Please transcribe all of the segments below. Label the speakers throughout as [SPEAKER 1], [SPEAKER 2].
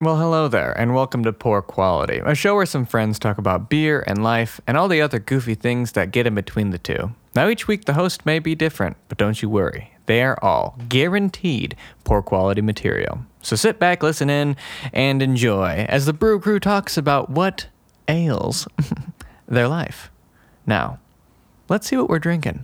[SPEAKER 1] Well, hello there, and welcome to Poor Quality, a show where some friends talk about beer and life and all the other goofy things that get in between the two. Now, each week the host may be different, but don't you worry. They are all guaranteed poor quality material. So sit back, listen in, and enjoy as the Brew Crew talks about what ails their life. Now, let's see what we're drinking.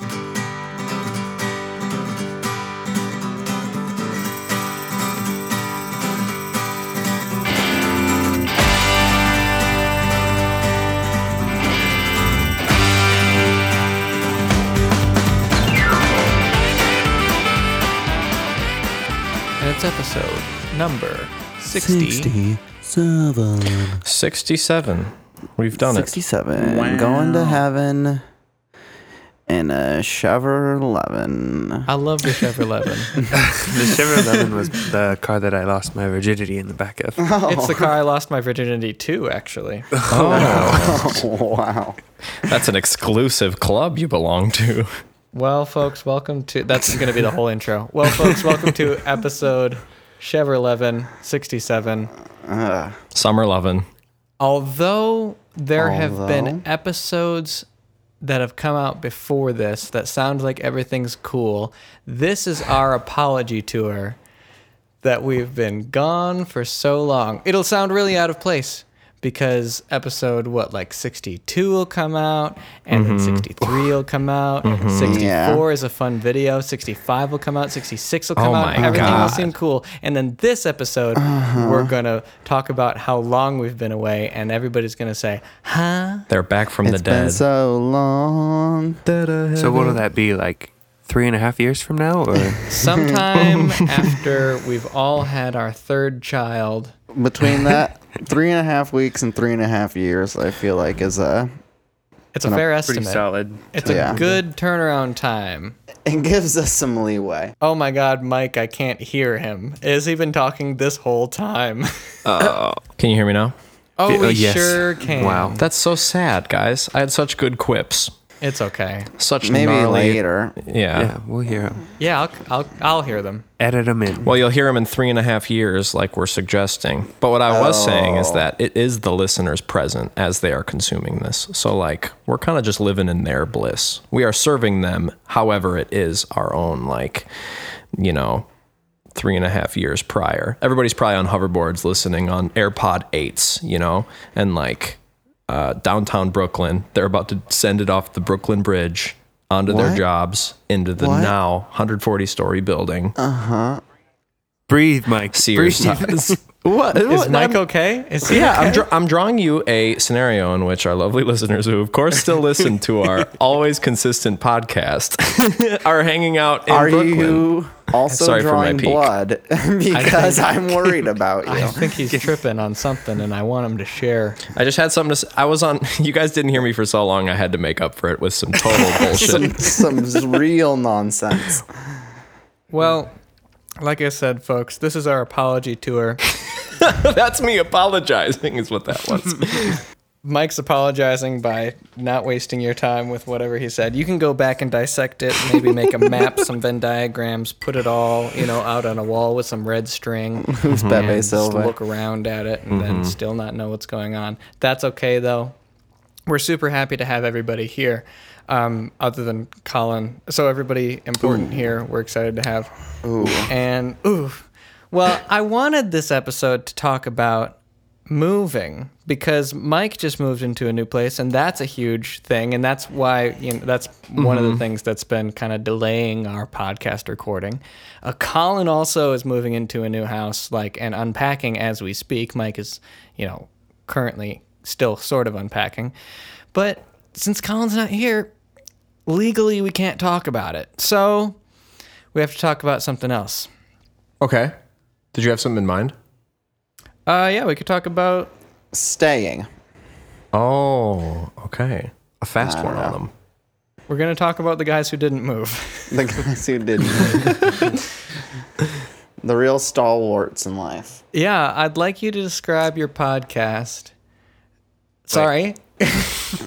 [SPEAKER 1] And it's episode number 60.
[SPEAKER 2] 67.
[SPEAKER 3] 67. We've done it.
[SPEAKER 2] 67. Going to heaven in a Chevrolet 11.
[SPEAKER 1] I love the Chevrolet 11.
[SPEAKER 4] The Chevrolet 11 was the car that I lost my virginity in the back of.
[SPEAKER 1] It's the car I lost my virginity to, actually.
[SPEAKER 2] Oh, wow.
[SPEAKER 3] That's an exclusive club you belong to.
[SPEAKER 1] Well, folks, welcome to. That's going to be the whole intro. Well, folks, welcome to episode Chevrolet 67.
[SPEAKER 3] Summer lovin'.
[SPEAKER 1] Although there have been
[SPEAKER 2] Although?
[SPEAKER 1] episodes that have come out before this that sound like everything's cool, this is our apology tour that we've been gone for so long. It'll sound really out of place because episode what like 62 will come out and then 63 will come out 64 is a fun video 65 will come out 66 will come
[SPEAKER 3] Oh
[SPEAKER 1] out
[SPEAKER 3] my
[SPEAKER 1] everything will
[SPEAKER 3] God.
[SPEAKER 1] seem cool and then this episode we're going to talk about how long we've been away and everybody's going to say huh
[SPEAKER 3] They're back from
[SPEAKER 2] It's
[SPEAKER 3] the dead.
[SPEAKER 2] been so long.
[SPEAKER 4] So what'll that be like three and a half years from now? Or
[SPEAKER 1] sometime after we've all had our third child
[SPEAKER 2] Between that, three and a half weeks and three and a half years, I feel like is uh, a.
[SPEAKER 1] it's a fair
[SPEAKER 4] pretty
[SPEAKER 1] estimate
[SPEAKER 4] solid.
[SPEAKER 1] it's a
[SPEAKER 2] Yeah.
[SPEAKER 1] good turnaround time
[SPEAKER 2] It gives us some leeway.
[SPEAKER 1] Oh my god, Mike, I can't hear him. Is he been talking this whole time?
[SPEAKER 3] Can you hear me now?
[SPEAKER 1] oh,
[SPEAKER 4] Oh,
[SPEAKER 1] we
[SPEAKER 4] yes.
[SPEAKER 1] sure can.
[SPEAKER 4] Wow.
[SPEAKER 3] That's so sad, guys. I had such good quips.
[SPEAKER 1] It's okay.
[SPEAKER 3] Such
[SPEAKER 2] Maybe
[SPEAKER 3] gnarly.
[SPEAKER 2] later.
[SPEAKER 3] Yeah.
[SPEAKER 4] Yeah, we'll hear him.
[SPEAKER 1] Yeah, I'll, I'll, I'll hear them.
[SPEAKER 4] Edit him in.
[SPEAKER 3] Well, you'll hear them in three and a half years, like we're suggesting. But what I was saying is that it is the listeners present as they are consuming this. So, like, we're kind of just living in their bliss. We are serving them, however, it is our own, like, you know, three and a half years prior. Everybody's probably on hoverboards listening on AirPod 8s, you know, and like uh, downtown Brooklyn. They're about to send it off the Brooklyn Bridge onto their
[SPEAKER 2] What?
[SPEAKER 3] jobs into the
[SPEAKER 2] What?
[SPEAKER 3] now 140 story building.
[SPEAKER 4] Breathe, Mike.
[SPEAKER 3] Sears.
[SPEAKER 4] Breathe.
[SPEAKER 3] what?
[SPEAKER 1] Is Mike okay? Is he
[SPEAKER 3] yeah,
[SPEAKER 1] okay?
[SPEAKER 3] I'm, dr- I'm drawing you a scenario in which our lovely listeners, who of course still listen to our always consistent podcast, are hanging out in
[SPEAKER 2] Are
[SPEAKER 3] Brooklyn.
[SPEAKER 2] you also
[SPEAKER 3] Sorry for my
[SPEAKER 2] drawing
[SPEAKER 3] peek.
[SPEAKER 2] blood? because I'm worried about
[SPEAKER 1] I
[SPEAKER 2] you.
[SPEAKER 1] think he's tripping on something and I want him to share.
[SPEAKER 3] I just had something to. s- I was on. You guys didn't hear me for so long. I had to make up for it with some total bullshit.
[SPEAKER 2] Some, some real nonsense.
[SPEAKER 1] Well, like I said, folks, this is our apology tour.
[SPEAKER 3] That's me apologizing, is what that was.
[SPEAKER 1] Mike's apologizing by not wasting your time with whatever he said. You can go back and dissect it, maybe make a map, some Venn diagrams, put it all, you know, out on a wall with some red string. Who's
[SPEAKER 2] Pepe Silva?
[SPEAKER 1] Just look around at it and then still not know what's going on. That's okay though. We're super happy to have everybody here, um, other than Colin. So everybody important here, we're excited to have. Ooh. And ooh. Well, I wanted this episode to talk about moving because Mike just moved into a new place, and that's a huge thing, and that's why you know that's one of the things that's been kind of delaying our podcast recording. Uh, Colin also is moving into a new house, like and unpacking as we speak. Mike is, you know, currently still sort of unpacking, but since Colin's not here, legally we can't talk about it, so we have to talk about something else.
[SPEAKER 3] Okay. Did you have something in mind?
[SPEAKER 1] Uh, yeah, we could talk about
[SPEAKER 2] Staying.
[SPEAKER 3] Oh, okay. A fast one on them.
[SPEAKER 1] We're gonna talk about the guys who didn't move.
[SPEAKER 2] The guys who did the real stalwarts in life.
[SPEAKER 1] yeah, I'd like you to describe your podcast. Sorry,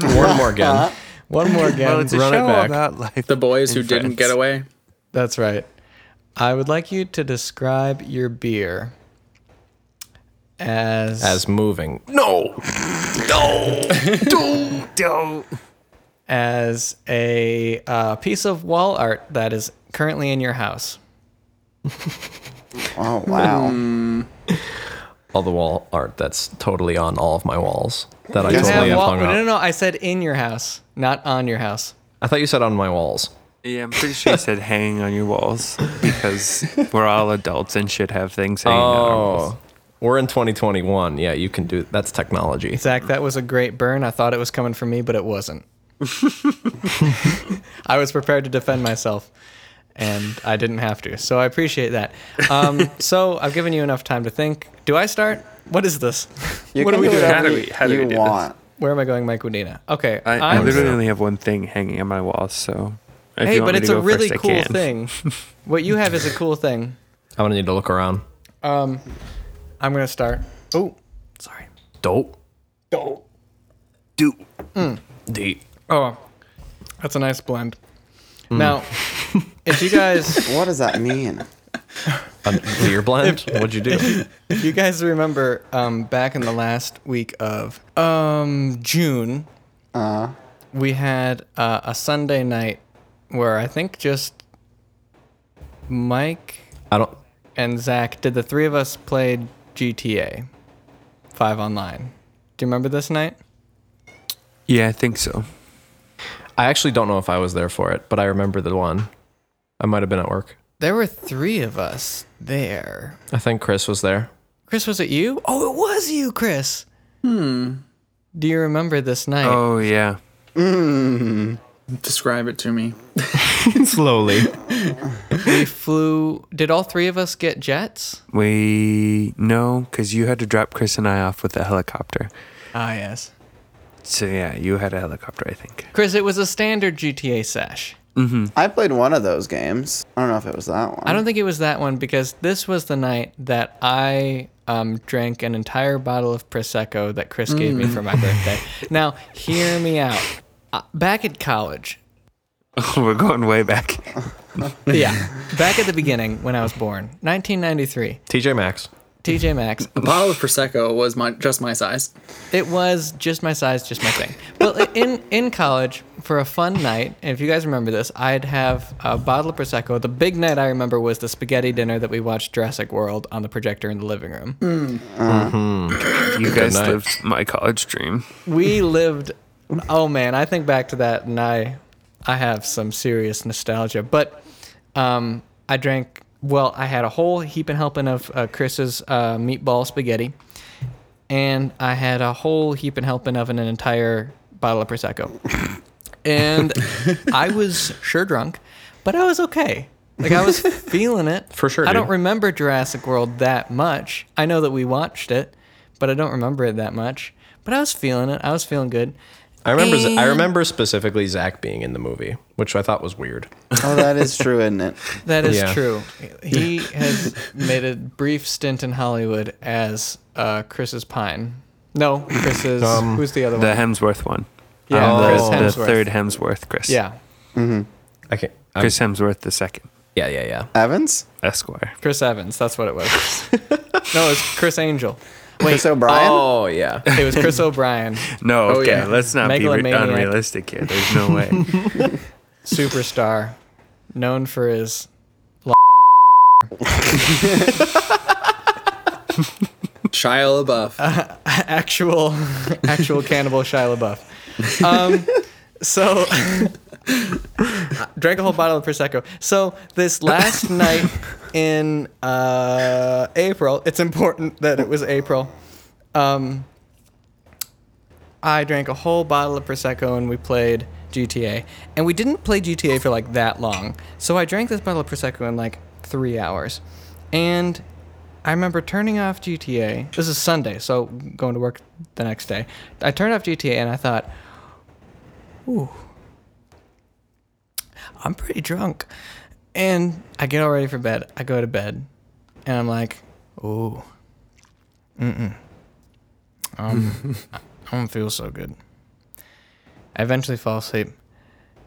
[SPEAKER 3] One more again.
[SPEAKER 1] one more again.
[SPEAKER 4] Well, it's a
[SPEAKER 3] Run it
[SPEAKER 4] show
[SPEAKER 3] back.
[SPEAKER 4] about life.
[SPEAKER 5] The boys who
[SPEAKER 4] in
[SPEAKER 5] didn't get
[SPEAKER 4] France.
[SPEAKER 5] away.
[SPEAKER 1] That's right. I would like you to describe your beer. as
[SPEAKER 3] as moving. No, no, do, do.
[SPEAKER 1] as a uh, piece of wall art that is currently in your house.
[SPEAKER 2] Oh wow.
[SPEAKER 5] Hmm.
[SPEAKER 3] All the wall art that's totally on all of my walls that I
[SPEAKER 2] You
[SPEAKER 1] You
[SPEAKER 3] totally
[SPEAKER 1] have
[SPEAKER 3] have
[SPEAKER 1] wall-
[SPEAKER 3] hung
[SPEAKER 1] no, no,
[SPEAKER 3] up.
[SPEAKER 1] no. I said in your house, not on your house.
[SPEAKER 3] I thought you said on my walls.
[SPEAKER 4] Yeah, I'm pretty sure you said hanging on your walls because we're all adults and should have things hanging on our walls.
[SPEAKER 3] Oh, we're in 2021. Yeah, you can do. That's technology.
[SPEAKER 1] Zach, that was a great burn. I thought it was coming from me, but it wasn't. I was prepared to defend myself, and I didn't have to. So I appreciate that. Um, so I've given you enough time to think. Do I start? What is this?
[SPEAKER 2] You
[SPEAKER 1] what
[SPEAKER 2] can
[SPEAKER 1] are we
[SPEAKER 2] do
[SPEAKER 1] doing?
[SPEAKER 2] whatever
[SPEAKER 4] How do
[SPEAKER 2] you-
[SPEAKER 4] we- how do we
[SPEAKER 2] you
[SPEAKER 4] do this?
[SPEAKER 2] want.
[SPEAKER 1] Where am I going, Mike Wedina? Okay,
[SPEAKER 4] I, I
[SPEAKER 1] I'm-
[SPEAKER 4] literally only have one thing hanging on my walls, so. If
[SPEAKER 1] Hey,
[SPEAKER 4] you want
[SPEAKER 1] but
[SPEAKER 4] me
[SPEAKER 1] it's
[SPEAKER 4] to
[SPEAKER 1] a
[SPEAKER 4] go
[SPEAKER 1] really
[SPEAKER 4] first, I
[SPEAKER 1] cool
[SPEAKER 4] can.
[SPEAKER 1] thing. What you have is a cool thing.
[SPEAKER 3] I'm gonna need to look around.
[SPEAKER 1] Um, I'm gonna start. Oh, sorry.
[SPEAKER 3] Dope.
[SPEAKER 1] Oh,
[SPEAKER 4] Do
[SPEAKER 3] Deep.
[SPEAKER 1] oh, that's a nice blend. Now, if you guys,
[SPEAKER 2] What does that mean?
[SPEAKER 3] A beer blend? What'd you do?
[SPEAKER 1] if you guys remember, um, back in the last week of um June,
[SPEAKER 2] Uh,
[SPEAKER 1] we had uh, a Sunday night where I think just Mike
[SPEAKER 3] I don't.
[SPEAKER 1] and Zach did the three of us played GTA Five online. Do you remember this night?
[SPEAKER 4] Yeah, I think so.
[SPEAKER 3] I actually don't know if I was there for it, but I remember the one. I might have been at work.
[SPEAKER 1] There were three of us there.
[SPEAKER 3] I think Chris was there.
[SPEAKER 1] Chris, was it you? Oh, it was you, Chris. Hmm. Do you remember this night?
[SPEAKER 4] Oh, yeah.
[SPEAKER 5] Describe it to me.
[SPEAKER 3] Slowly.
[SPEAKER 1] We flew. Did all three of us get jets?
[SPEAKER 4] We. No, because you had to drop Chris and I off with a helicopter.
[SPEAKER 1] Ah, yes.
[SPEAKER 4] So, yeah, you had a helicopter, I think.
[SPEAKER 1] Chris, it was a standard GTA sesh.
[SPEAKER 2] I played one of those games. I don't know if it was that one.
[SPEAKER 1] I don't think it was that one because this was the night that I um, drank an entire bottle of Prosecco that Chris gave me for my birthday. Now, hear me out. Uh, back at college,
[SPEAKER 4] We're going way back.
[SPEAKER 1] yeah, back at the beginning when I was born, 1993,
[SPEAKER 3] TJ Maxx.
[SPEAKER 1] TJ Maxx,
[SPEAKER 5] A bottle of prosecco was my just my size.
[SPEAKER 1] It was just my size, just my thing. Well, in in college for a fun night, and if you guys remember this, I'd have a bottle of prosecco. The big night I remember was the spaghetti dinner that we watched Jurassic World on the projector in the living room.
[SPEAKER 4] You guys
[SPEAKER 3] night.
[SPEAKER 4] lived my college dream.
[SPEAKER 1] We lived. Oh man, I think back to that, and I I have some serious nostalgia. But um, I drank. Well, I had a whole heap and helping of uh, Chris's uh, meatball spaghetti, and I had a whole heap and helping of an entire bottle of prosecco. and I was sure drunk, but I was okay. Like I was feeling it
[SPEAKER 3] For sure,
[SPEAKER 1] I don't
[SPEAKER 3] dude.
[SPEAKER 1] remember Jurassic World that much. I know that we watched it, but I don't remember it that much. But I was feeling it. I was feeling good.
[SPEAKER 3] I remember. I
[SPEAKER 1] And-
[SPEAKER 3] remember specifically Zach being in the movie, which I thought was weird.
[SPEAKER 2] Oh, that is true, isn't it?
[SPEAKER 1] That is
[SPEAKER 3] Yeah.
[SPEAKER 1] true. He has made a brief stint in Hollywood as uh, Chris's Pine. No, Chris's.
[SPEAKER 3] Um,
[SPEAKER 1] who's the other
[SPEAKER 4] The
[SPEAKER 1] one?
[SPEAKER 4] Hemsworth one.
[SPEAKER 1] Yeah,
[SPEAKER 4] Um,
[SPEAKER 1] Chris
[SPEAKER 4] the-
[SPEAKER 1] Hemsworth.
[SPEAKER 4] The third Hemsworth, Chris.
[SPEAKER 1] Yeah,
[SPEAKER 3] I can't. I'm-
[SPEAKER 4] Chris Hemsworth the second,
[SPEAKER 3] yeah, yeah, yeah.
[SPEAKER 2] Evans?
[SPEAKER 4] Esquire.
[SPEAKER 1] Chris Evans. That's what it was. no, it was Chris Angel. Wait,
[SPEAKER 2] Chris O'Brien?
[SPEAKER 3] Oh yeah.
[SPEAKER 1] it was Chris O'Brien.
[SPEAKER 4] No, okay,
[SPEAKER 5] yeah.
[SPEAKER 4] let's not be re-
[SPEAKER 1] Megalomaniac.
[SPEAKER 4] unrealistic here. There's no way.
[SPEAKER 1] superstar, known for his.
[SPEAKER 5] Shia LaBeouf.
[SPEAKER 1] actual actual cannibal Shia LaBeouf. Um, so drank a whole bottle of prosecco. So this last night in uh, April, it's important that it was April. Um, I drank a whole bottle of prosecco and we played GTA. And we didn't play GTA for like that long. So I drank this bottle of prosecco in like 3 hours. And I remember turning off GTA. This is Sunday, so going to work the next day. I turned off GTA and I thought, I'm pretty drunk. And I get all ready for bed. I go to bed and I'm like, ooh, mm-mm. Um, I don't feel so good. I eventually fall asleep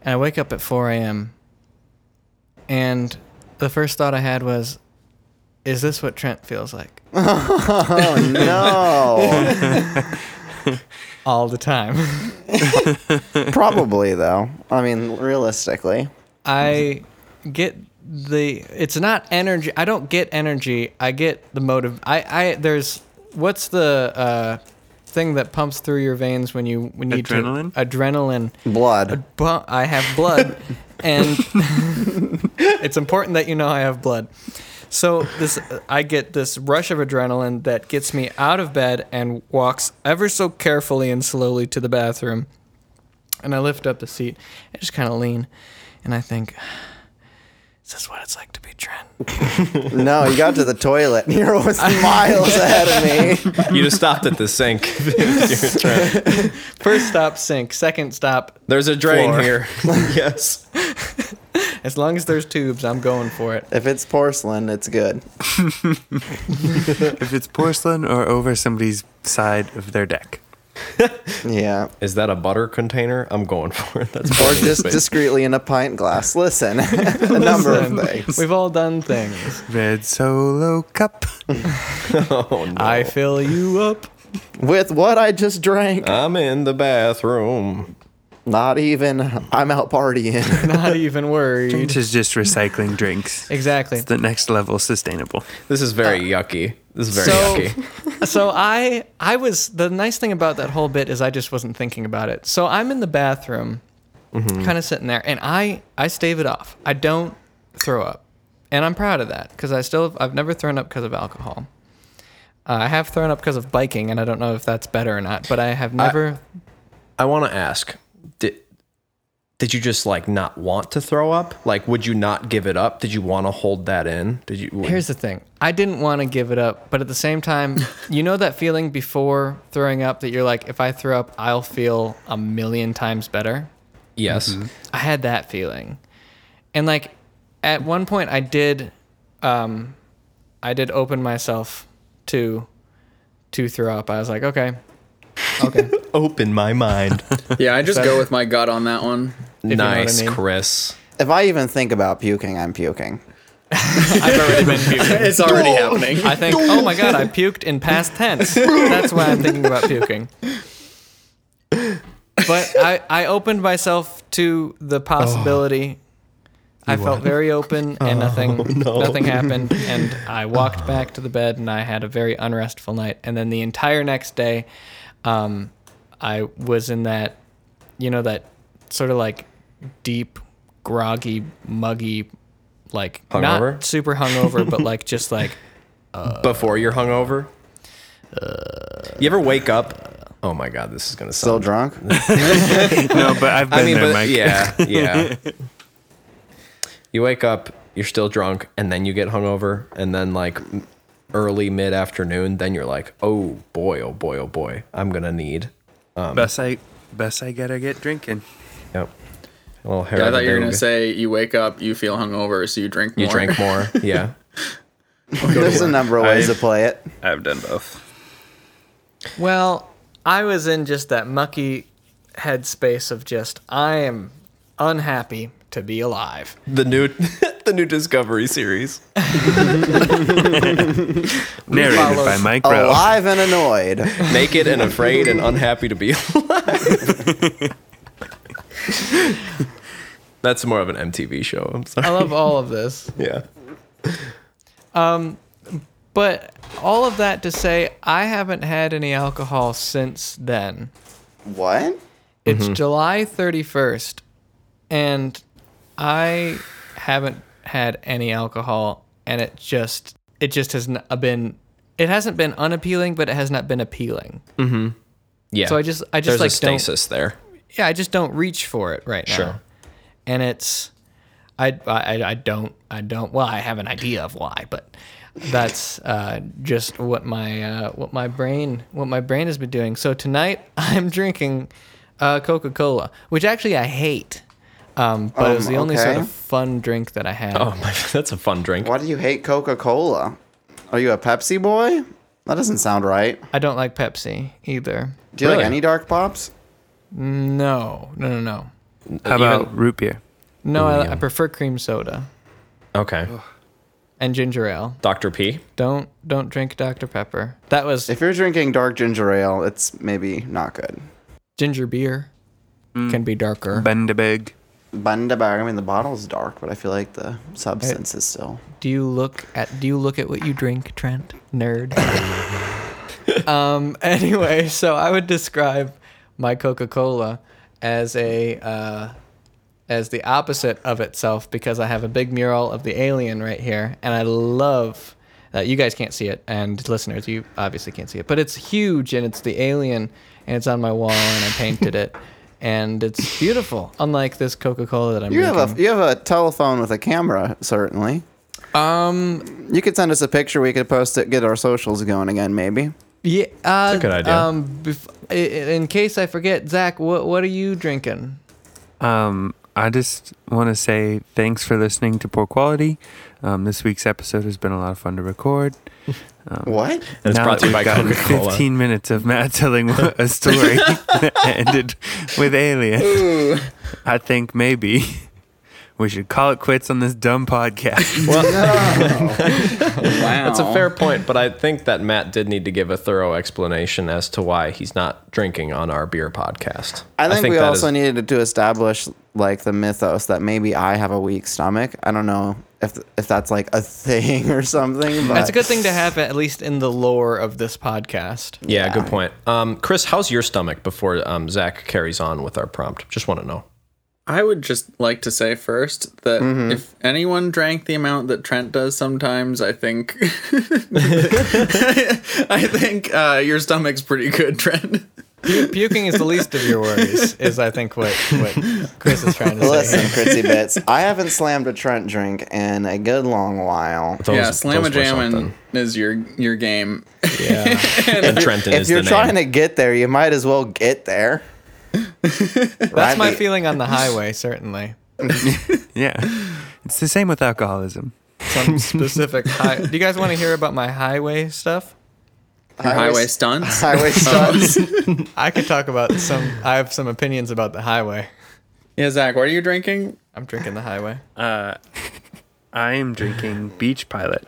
[SPEAKER 1] and I wake up at 4 a.m. And the first thought I had was, is this what Trent feels like?
[SPEAKER 2] Oh, No,
[SPEAKER 1] all the time.
[SPEAKER 2] probably though. I mean, realistically,
[SPEAKER 1] I get the it's not energy. I don't get energy. I get the motive. I I there's what's the uh thing that pumps through your veins when you when you need to-
[SPEAKER 4] Adrenaline?
[SPEAKER 1] adrenaline.
[SPEAKER 2] blood.
[SPEAKER 1] Bu- I have blood, and it's important that you know I have blood. So this, I get this rush of adrenaline that gets me out of bed and walks ever so carefully and slowly to the bathroom. And I lift up the seat. I just kind of lean, and I think, "Is this what it's like to be Trent?"
[SPEAKER 2] No, you got to the toilet. You were miles ahead of me.
[SPEAKER 3] You just stopped at the sink.
[SPEAKER 1] First stop sink. Second stop.
[SPEAKER 3] There's a drain
[SPEAKER 1] Floor.
[SPEAKER 3] here. yes.
[SPEAKER 1] As long as there's tubes, I'm going for it.
[SPEAKER 2] If it's porcelain, it's good.
[SPEAKER 4] If it's porcelain or over somebody's side of their deck.
[SPEAKER 2] Yeah.
[SPEAKER 3] Is that a butter container? I'm going for it. That's
[SPEAKER 2] Or
[SPEAKER 3] funny,
[SPEAKER 2] just
[SPEAKER 3] but-
[SPEAKER 2] discreetly in a pint glass. Listen, a number of things.
[SPEAKER 1] We've all done things.
[SPEAKER 4] Red solo cup.
[SPEAKER 3] Oh, no.
[SPEAKER 1] I fill you up.
[SPEAKER 2] With what I just drank,
[SPEAKER 3] I'm in the bathroom.
[SPEAKER 2] not even. I'm out partying.
[SPEAKER 1] Not even worried.
[SPEAKER 4] Which is just recycling drinks.
[SPEAKER 1] Exactly.
[SPEAKER 4] The next level sustainable.
[SPEAKER 3] This is very yucky. This is very
[SPEAKER 1] so-
[SPEAKER 3] yucky.
[SPEAKER 1] so I I was the nice thing about that whole bit is I just wasn't thinking about it. So I'm in the bathroom,
[SPEAKER 3] Mm-hmm.
[SPEAKER 1] kind of sitting there, and I I stave it off. I don't throw up, and I'm proud of that because I still I've never thrown up because of alcohol. Uh, I have thrown up because of biking, and I don't know if that's better or not. But I have never.
[SPEAKER 3] I want to ask did, did you just like not want to throw up? Like, would you not give it up? Did you want to hold that in? Did you?
[SPEAKER 1] here's the thing: I didn't want to give it up, but at the same time, you know that feeling before throwing up that you're like, if I throw up, I'll feel a million times better.
[SPEAKER 3] yes.
[SPEAKER 1] I had that feeling, and like at one point I did, um, I did open myself to to throw up. I was like, okay, okay,
[SPEAKER 3] Open my mind.
[SPEAKER 5] Yeah, I just go with my gut on that one.
[SPEAKER 1] you know what I
[SPEAKER 3] nice,
[SPEAKER 1] mean.
[SPEAKER 3] Chris.
[SPEAKER 2] if I even think about puking, I'm puking.
[SPEAKER 1] I've already been puking.
[SPEAKER 5] It's already happening.
[SPEAKER 1] I think, oh my god, I puked in past tense. That's why I'm thinking about puking. But I, I opened myself to the possibility. I felt very open and nothing nothing happened and I walked back to the bed and I had a very unrestful night and then the entire next day um, I was in that you know that sort of like deep groggy muggy like
[SPEAKER 3] Hungover?
[SPEAKER 1] not super hungover but like just like
[SPEAKER 3] Before you're hungover. you ever wake up? Oh my God, this is gonna sound.
[SPEAKER 2] Still drunk?
[SPEAKER 4] No, but I've been
[SPEAKER 3] I mean,
[SPEAKER 4] there,
[SPEAKER 3] but
[SPEAKER 4] Mike.
[SPEAKER 3] yeah, yeah. you wake up, you're still drunk, and then you get hungover, and then like m- early mid afternoon, then you're like, oh boy, oh boy, oh boy, I'm gonna need.
[SPEAKER 4] Best I best I gotta get drinking.
[SPEAKER 3] Yep. A little hair.
[SPEAKER 5] Yeah, I
[SPEAKER 3] of the
[SPEAKER 5] thought you were gonna
[SPEAKER 3] dog.
[SPEAKER 5] say you wake up, you feel hungover, so you drink more.
[SPEAKER 3] you drink more. Yeah.
[SPEAKER 2] There's a number of ways
[SPEAKER 4] I've-
[SPEAKER 2] to play it.
[SPEAKER 4] I've done both.
[SPEAKER 1] Well, I was in just that mucky headspace of just I am unhappy to be alive.
[SPEAKER 3] the new, the new Discovery series.
[SPEAKER 4] Narrated by
[SPEAKER 1] follows
[SPEAKER 4] Mike Rowe.
[SPEAKER 2] Alive and annoyed.
[SPEAKER 3] Naked and afraid and unhappy to be alive. That's more of an MTV show. I'm
[SPEAKER 1] I
[SPEAKER 3] sorry.
[SPEAKER 1] love all of this.
[SPEAKER 3] Yeah.
[SPEAKER 1] But all of that to say I haven't had any alcohol since then.
[SPEAKER 2] What?
[SPEAKER 1] It's July 31st and I haven't had any alcohol and it just it just has not been it hasn't been unappealing but it has not been appealing.
[SPEAKER 3] Yeah.
[SPEAKER 1] So I just I just
[SPEAKER 3] There's a
[SPEAKER 1] like don't
[SPEAKER 3] stasis there.
[SPEAKER 1] yeah, I just don't reach for it right now.
[SPEAKER 3] Sure.
[SPEAKER 1] And it's, I, I, I don't, I don't. Well, I have an idea of why, but that's uh, just what my uh, what my brain what my brain has been doing. So tonight I'm drinking uh, Coca Cola, which actually I hate, um, but it was
[SPEAKER 2] Um,
[SPEAKER 1] the only sort
[SPEAKER 2] okay.
[SPEAKER 1] of fun drink that I had.
[SPEAKER 3] Oh my, that's a fun drink.
[SPEAKER 2] Why do you hate Coca Cola? Are you a Pepsi boy? That doesn't sound right.
[SPEAKER 1] I don't like Pepsi either.
[SPEAKER 2] Do you
[SPEAKER 3] Really?
[SPEAKER 2] like any dark pops?
[SPEAKER 1] No, no, no, no.
[SPEAKER 4] How about root beer?
[SPEAKER 1] No, I, I prefer cream soda.
[SPEAKER 3] Okay.
[SPEAKER 1] and ginger ale.
[SPEAKER 3] Dr. P.
[SPEAKER 1] Don't don't drink Dr Pepper. That was
[SPEAKER 2] If you're drinking dark ginger ale, it's maybe not good.
[SPEAKER 1] ginger beer.
[SPEAKER 2] Mm.
[SPEAKER 1] Can be darker.
[SPEAKER 4] Bendabig.
[SPEAKER 2] Bundaberg, I mean, the bottle's dark, but I feel like the substance is still.
[SPEAKER 1] Do you look at Do you look at what you drink, Trent? Nerd. um. Anyway, so I would describe my Coca Cola as a uh, as the opposite of itself because I have a big mural of the alien right here, and I love. Uh, you guys can't see it, and listeners, you obviously can't see it, but it's huge, and it's the alien, and it's on my wall, and I painted it, and it's beautiful. Unlike this Coca Cola that I'm
[SPEAKER 2] You
[SPEAKER 1] drinking.
[SPEAKER 2] have a you have a telephone with a camera, certainly.
[SPEAKER 1] um.
[SPEAKER 2] You could send us a picture. We could post it. Get our socials going again, maybe.
[SPEAKER 1] Yeah, uh,
[SPEAKER 3] good idea.
[SPEAKER 1] Um, bef- i- i- in case I forget, Zach, what what are you drinking?
[SPEAKER 4] Um, I just want to say thanks for listening to Poor Quality. Um, this week's episode has been a lot of fun to record.
[SPEAKER 2] What?
[SPEAKER 3] And it's
[SPEAKER 4] now that
[SPEAKER 3] brought to you by
[SPEAKER 4] we've gotten
[SPEAKER 3] Coca Cola.
[SPEAKER 4] 15 minutes of Matt telling a story that ended with Alien,
[SPEAKER 5] Ooh.
[SPEAKER 4] I think maybe we should call it quits on this dumb podcast.
[SPEAKER 5] Wow.
[SPEAKER 3] That's a fair point, but I think that Matt did need to give a thorough explanation as to why he's not drinking on our beer podcast.
[SPEAKER 2] I think, we
[SPEAKER 3] that
[SPEAKER 2] also
[SPEAKER 3] is-
[SPEAKER 2] needed to establish like the mythos that maybe I have a weak stomach. I don't know if if that's like a thing or something. But
[SPEAKER 1] That's a good thing to have, at least in the lore of this podcast.
[SPEAKER 3] Yeah, good point. Um, Chris, how's your stomach before um, Zach carries on with our prompt? Just want to know.
[SPEAKER 5] I would just like to say first that if anyone drank the amount that Trent does sometimes, I think I think uh, your stomach's pretty good, Trent.
[SPEAKER 1] Pu- Puking is the least of your worries, is I think what what Chris is trying to
[SPEAKER 2] Listen,
[SPEAKER 1] say.
[SPEAKER 2] Critzy Bits, I haven't slammed a Trent drink in a good long while.
[SPEAKER 3] Those-
[SPEAKER 5] yeah, slam a
[SPEAKER 3] those were
[SPEAKER 5] jammin'
[SPEAKER 3] something.
[SPEAKER 5] is your your game.
[SPEAKER 1] Yeah,
[SPEAKER 3] And Trenton
[SPEAKER 2] If
[SPEAKER 3] is
[SPEAKER 2] you're
[SPEAKER 3] the
[SPEAKER 2] trying
[SPEAKER 3] name.
[SPEAKER 2] to get there, you might as well get there.
[SPEAKER 1] that's my feeling on the highway. Certainly,
[SPEAKER 4] yeah. It's the same with alcoholism.
[SPEAKER 1] some specific. High- Do you guys want to hear about my highway stuff?
[SPEAKER 5] Highway stunts.
[SPEAKER 2] Highway
[SPEAKER 5] Um,
[SPEAKER 2] stunts.
[SPEAKER 1] I could talk about some. I have some opinions about the highway.
[SPEAKER 5] Yeah, Zach, what are you drinking?
[SPEAKER 1] I'm drinking the highway.
[SPEAKER 4] I am drinking Beach Pilot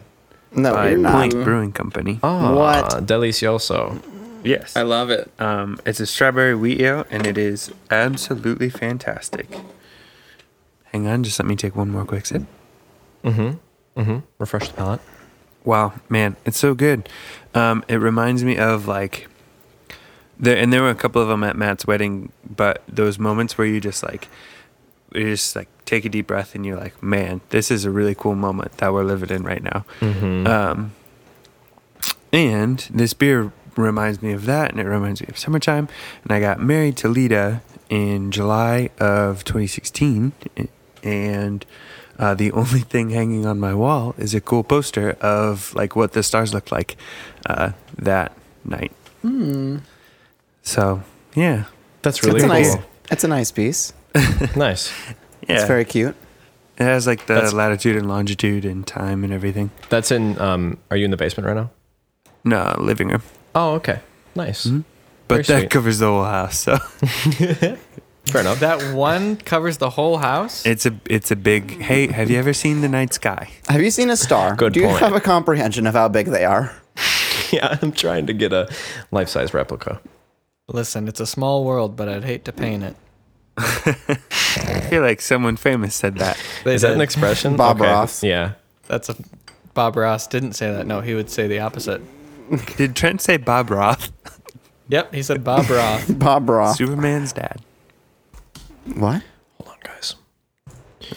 [SPEAKER 2] No,
[SPEAKER 4] by
[SPEAKER 2] Oh, you're
[SPEAKER 4] Point
[SPEAKER 2] not.
[SPEAKER 4] Brewing Company.
[SPEAKER 3] Ah,
[SPEAKER 2] What?
[SPEAKER 3] Delicioso.
[SPEAKER 4] Yes.
[SPEAKER 5] I love it.
[SPEAKER 4] Um, it's a strawberry wheat ale, and it is absolutely fantastic. Hang on, just let me take one more quick sip.
[SPEAKER 3] Refresh the palate.
[SPEAKER 4] Wow, man, it's so good. Um, it reminds me of like, there and there were a couple of them at Matt's wedding, but those moments where you just like, you just like take a deep breath and you're like, man, this is a really cool moment that we're living in right now. Um, and this beer reminds me of that, and it reminds me of summertime. And I got married to Lita in July of 2016, and uh, the only thing hanging on my wall is a cool poster of like what the stars looked like uh, that night.
[SPEAKER 3] Hmm.
[SPEAKER 4] So yeah,
[SPEAKER 3] That's
[SPEAKER 2] It's
[SPEAKER 3] really
[SPEAKER 2] a
[SPEAKER 3] cool.
[SPEAKER 2] nice.
[SPEAKER 3] Nice.
[SPEAKER 2] It's a nice piece.
[SPEAKER 4] yeah,
[SPEAKER 2] It's very cute.
[SPEAKER 4] it has like the
[SPEAKER 3] That's-
[SPEAKER 4] latitude and longitude and time and everything.
[SPEAKER 3] That's in. Um, are you in the basement right now?
[SPEAKER 4] No living room,
[SPEAKER 3] Oh, okay. Nice.
[SPEAKER 4] but
[SPEAKER 3] Very
[SPEAKER 4] that
[SPEAKER 3] sweet.
[SPEAKER 4] covers the whole house. So.
[SPEAKER 3] Fair enough.
[SPEAKER 1] That one covers the whole house.
[SPEAKER 4] It's a it's a big. Hey, have you ever seen the night sky?
[SPEAKER 2] Have you seen a star?
[SPEAKER 3] Good
[SPEAKER 2] Do you
[SPEAKER 3] point.
[SPEAKER 2] have a comprehension of how big they are?
[SPEAKER 3] yeah, I'm trying to get a life-size replica.
[SPEAKER 1] Listen, it's a small world, but I'd hate to paint it.
[SPEAKER 4] I feel like someone famous said that.
[SPEAKER 1] They
[SPEAKER 3] Is that an
[SPEAKER 1] did.
[SPEAKER 3] expression?
[SPEAKER 2] Bob Ross.
[SPEAKER 3] Yeah.
[SPEAKER 1] That's a Bob Ross didn't say that. No, he would say the opposite.
[SPEAKER 4] Did Trent say Bob Roth,
[SPEAKER 1] Yep, he said Bob Ross.
[SPEAKER 2] Bob Ross.
[SPEAKER 4] Superman's dad?
[SPEAKER 2] What?
[SPEAKER 3] Hold on, guys.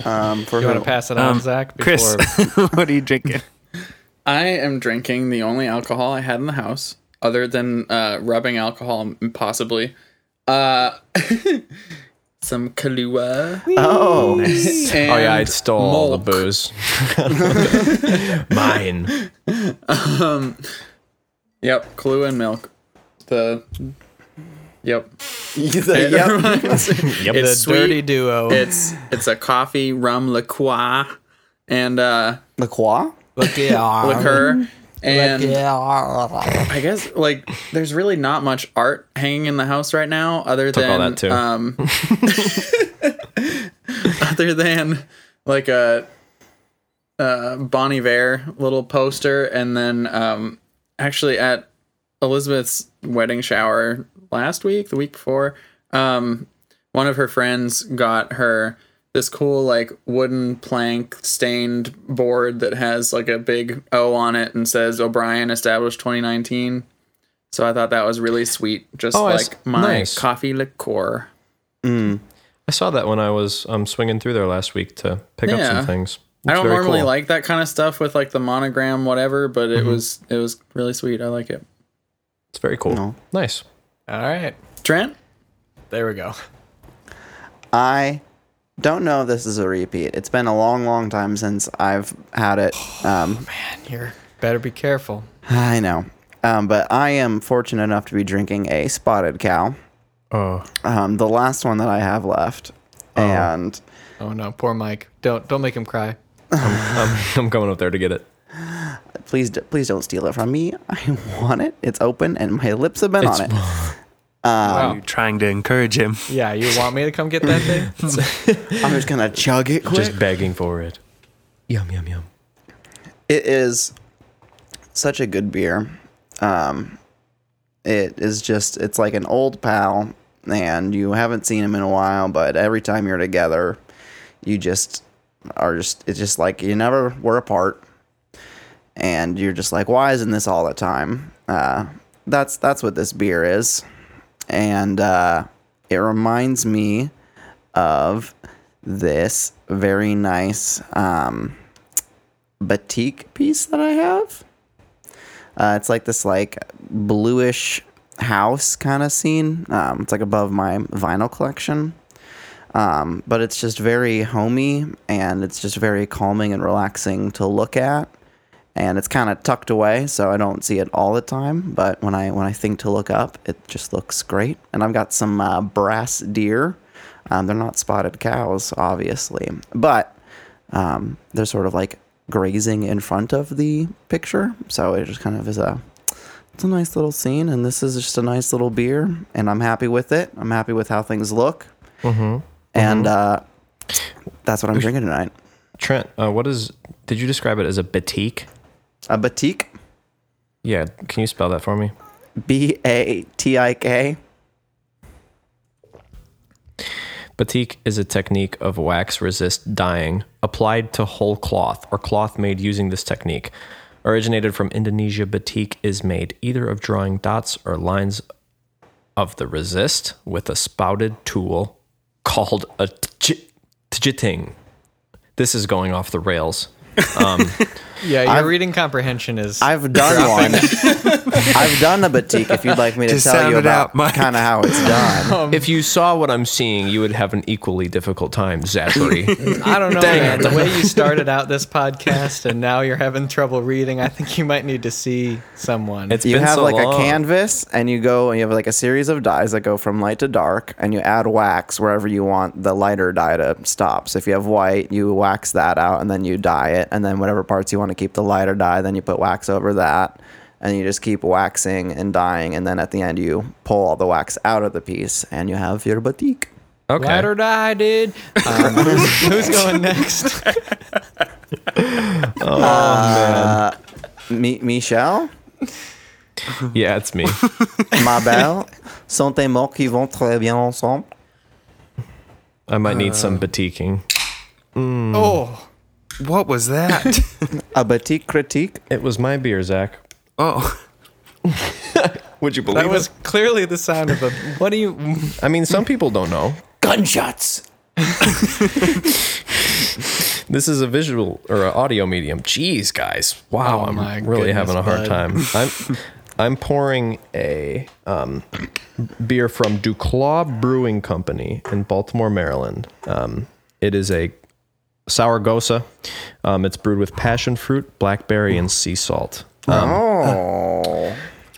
[SPEAKER 2] Um, for
[SPEAKER 1] You want to
[SPEAKER 2] who?
[SPEAKER 1] pass it on,
[SPEAKER 4] Um,
[SPEAKER 1] Zach?
[SPEAKER 4] Chris, what are you drinking?
[SPEAKER 5] I am drinking the only alcohol I had in the house, other than uh, rubbing alcohol, possibly. Uh, some Kahlua.
[SPEAKER 2] Oh,
[SPEAKER 3] Oh yeah, I
[SPEAKER 5] and
[SPEAKER 3] stole all the
[SPEAKER 5] Molk.
[SPEAKER 3] booze. Mine.
[SPEAKER 5] Yep, Kahlua and milk. The. Yep.
[SPEAKER 2] yep.
[SPEAKER 3] Yep.
[SPEAKER 5] It's
[SPEAKER 1] the
[SPEAKER 5] sweet.
[SPEAKER 1] dirty duo.
[SPEAKER 5] It's it's a coffee rum liqueur and uh,
[SPEAKER 2] The Croix?
[SPEAKER 5] liqueur and I guess like there's really not much art hanging in the house right now other
[SPEAKER 3] Took
[SPEAKER 5] than
[SPEAKER 3] all that, too.
[SPEAKER 5] um other than like a uh, Bonnie Vare little poster, and then um, actually at Elizabeth's wedding shower last week, the week before, um, one of her friends got her this cool like wooden plank stained board that has like a big O on it and says O'Brien established 2019. So I thought that was really sweet, just
[SPEAKER 3] Oh, I s-
[SPEAKER 5] like my
[SPEAKER 3] nice.
[SPEAKER 5] coffee liqueur.
[SPEAKER 3] I saw that when I was um, swinging through there last week to pick up
[SPEAKER 5] Yeah.
[SPEAKER 3] some things.
[SPEAKER 5] I
[SPEAKER 3] Looks
[SPEAKER 5] don't
[SPEAKER 3] very
[SPEAKER 5] normally
[SPEAKER 3] cool. Mm-hmm.
[SPEAKER 5] like that kind of stuff with like the monogram, whatever, but it was it was really sweet. I like it.
[SPEAKER 3] It's very cool. Nice.
[SPEAKER 1] All right.
[SPEAKER 5] Trent,
[SPEAKER 1] There we go.
[SPEAKER 2] I don't know if this is a repeat. It's been a long, long time since I've had it. Um,
[SPEAKER 1] And you better be careful.
[SPEAKER 2] I know. Um, but I am fortunate enough to be drinking a spotted cow,
[SPEAKER 4] Oh,
[SPEAKER 2] um, the last one that I have left. And
[SPEAKER 1] Oh no, poor Mike. Don't don't make him cry.
[SPEAKER 3] I'm, I'm going up there to get it.
[SPEAKER 2] please, d- please don't steal it from me. I want it. It's open, and my lips have been
[SPEAKER 3] It's-
[SPEAKER 2] on it.
[SPEAKER 4] you're trying to encourage him.
[SPEAKER 1] Yeah, you want me to come get that thing?
[SPEAKER 2] I'm just gonna chug it quick.
[SPEAKER 3] Just begging for it. Yum yum yum.
[SPEAKER 2] it is such a good beer. Um, it is just it's like an old pal, and you haven't seen him in a while. But every time you're together, you just are just it's just like you never were apart, and you're just like, why isn't this all the time? Uh, that's that's what this beer is, and uh, it reminds me of this very nice. Um, batik piece that I have. Uh, it's like this like bluish house kind of scene. Um, it's like above my vinyl collection. Um, but it's just very homey and it's just very calming and relaxing to look at. And it's kind of tucked away, so I don't see it all the time. But when I when I think to look up, it just looks great. And I've got some uh, brass deer. Um, they're not spotted cows, obviously, but um, they're sort of like grazing in front of the picture. So it just kind of is a it's a nice little scene, and this is just a nice little beer, and I'm happy with it. I'm happy with how things look, and uh, that's what I'm drinking tonight.
[SPEAKER 3] Trent, uh, what is? Did you describe it as a batik?
[SPEAKER 2] A batik,
[SPEAKER 3] Yeah. Can you spell that for me?
[SPEAKER 2] B A T I K.
[SPEAKER 3] Batik is a technique of wax resist dyeing applied to whole cloth or cloth made using this technique. Originated from Indonesia, batik is made either of drawing dots or lines of the resist with a spouted tool called a tj- tjiting. This is going off the rails.
[SPEAKER 1] Yeah, your reading comprehension is
[SPEAKER 2] I've done one. I've done a batik. If you'd like me to
[SPEAKER 4] Just
[SPEAKER 2] tell
[SPEAKER 4] sound
[SPEAKER 2] you
[SPEAKER 4] it
[SPEAKER 2] about
[SPEAKER 4] out, Mike.
[SPEAKER 2] kind of how it's done,
[SPEAKER 3] If you saw what I'm seeing, you would have an equally difficult time, Zachary.
[SPEAKER 1] I don't know,
[SPEAKER 3] Dang
[SPEAKER 1] man.
[SPEAKER 3] it.
[SPEAKER 1] The way you started out this podcast and now you're having trouble reading, I think you might need to see someone.
[SPEAKER 3] It's
[SPEAKER 2] you
[SPEAKER 3] been
[SPEAKER 2] have
[SPEAKER 3] so
[SPEAKER 2] like
[SPEAKER 3] long.
[SPEAKER 2] a canvas, and you go and you have like a series of dyes that go from light to dark, and you add wax wherever you want the lighter dye to stop. So if you have white, you wax that out, and then you dye it, and then whatever parts you want to keep the lighter dye, then you put wax over that, and you just keep waxing and dyeing, and then at the end you pull all the wax out of the piece, and you have your batik.
[SPEAKER 3] Okay.
[SPEAKER 1] Ride or die, dude. Um, who's, who's going next?
[SPEAKER 2] Mi- Michel,
[SPEAKER 3] Yeah, it's me.
[SPEAKER 2] ma belle, sont des mots qui vont très bien ensemble.
[SPEAKER 3] I might need
[SPEAKER 1] Uh.
[SPEAKER 3] some batiking.
[SPEAKER 1] Oh,
[SPEAKER 4] What was that?
[SPEAKER 2] A batik critique.
[SPEAKER 3] It was my beer, Zach.
[SPEAKER 4] oh,
[SPEAKER 3] Would you believe
[SPEAKER 1] that was clearly the sound of a. What do you?
[SPEAKER 3] I mean, some people don't know.
[SPEAKER 2] Gunshots.
[SPEAKER 3] This is a visual or an audio medium. Jeez, guys. Wow,
[SPEAKER 1] Oh
[SPEAKER 3] I'm
[SPEAKER 1] my
[SPEAKER 3] really having a hard
[SPEAKER 1] goodness,
[SPEAKER 3] time. I'm I'm pouring a um, beer from Duclaw Brewing Company in Baltimore, Maryland. Um, it is a sour gosa. Um, it's brewed with passion fruit, blackberry, and sea salt.
[SPEAKER 2] Oh.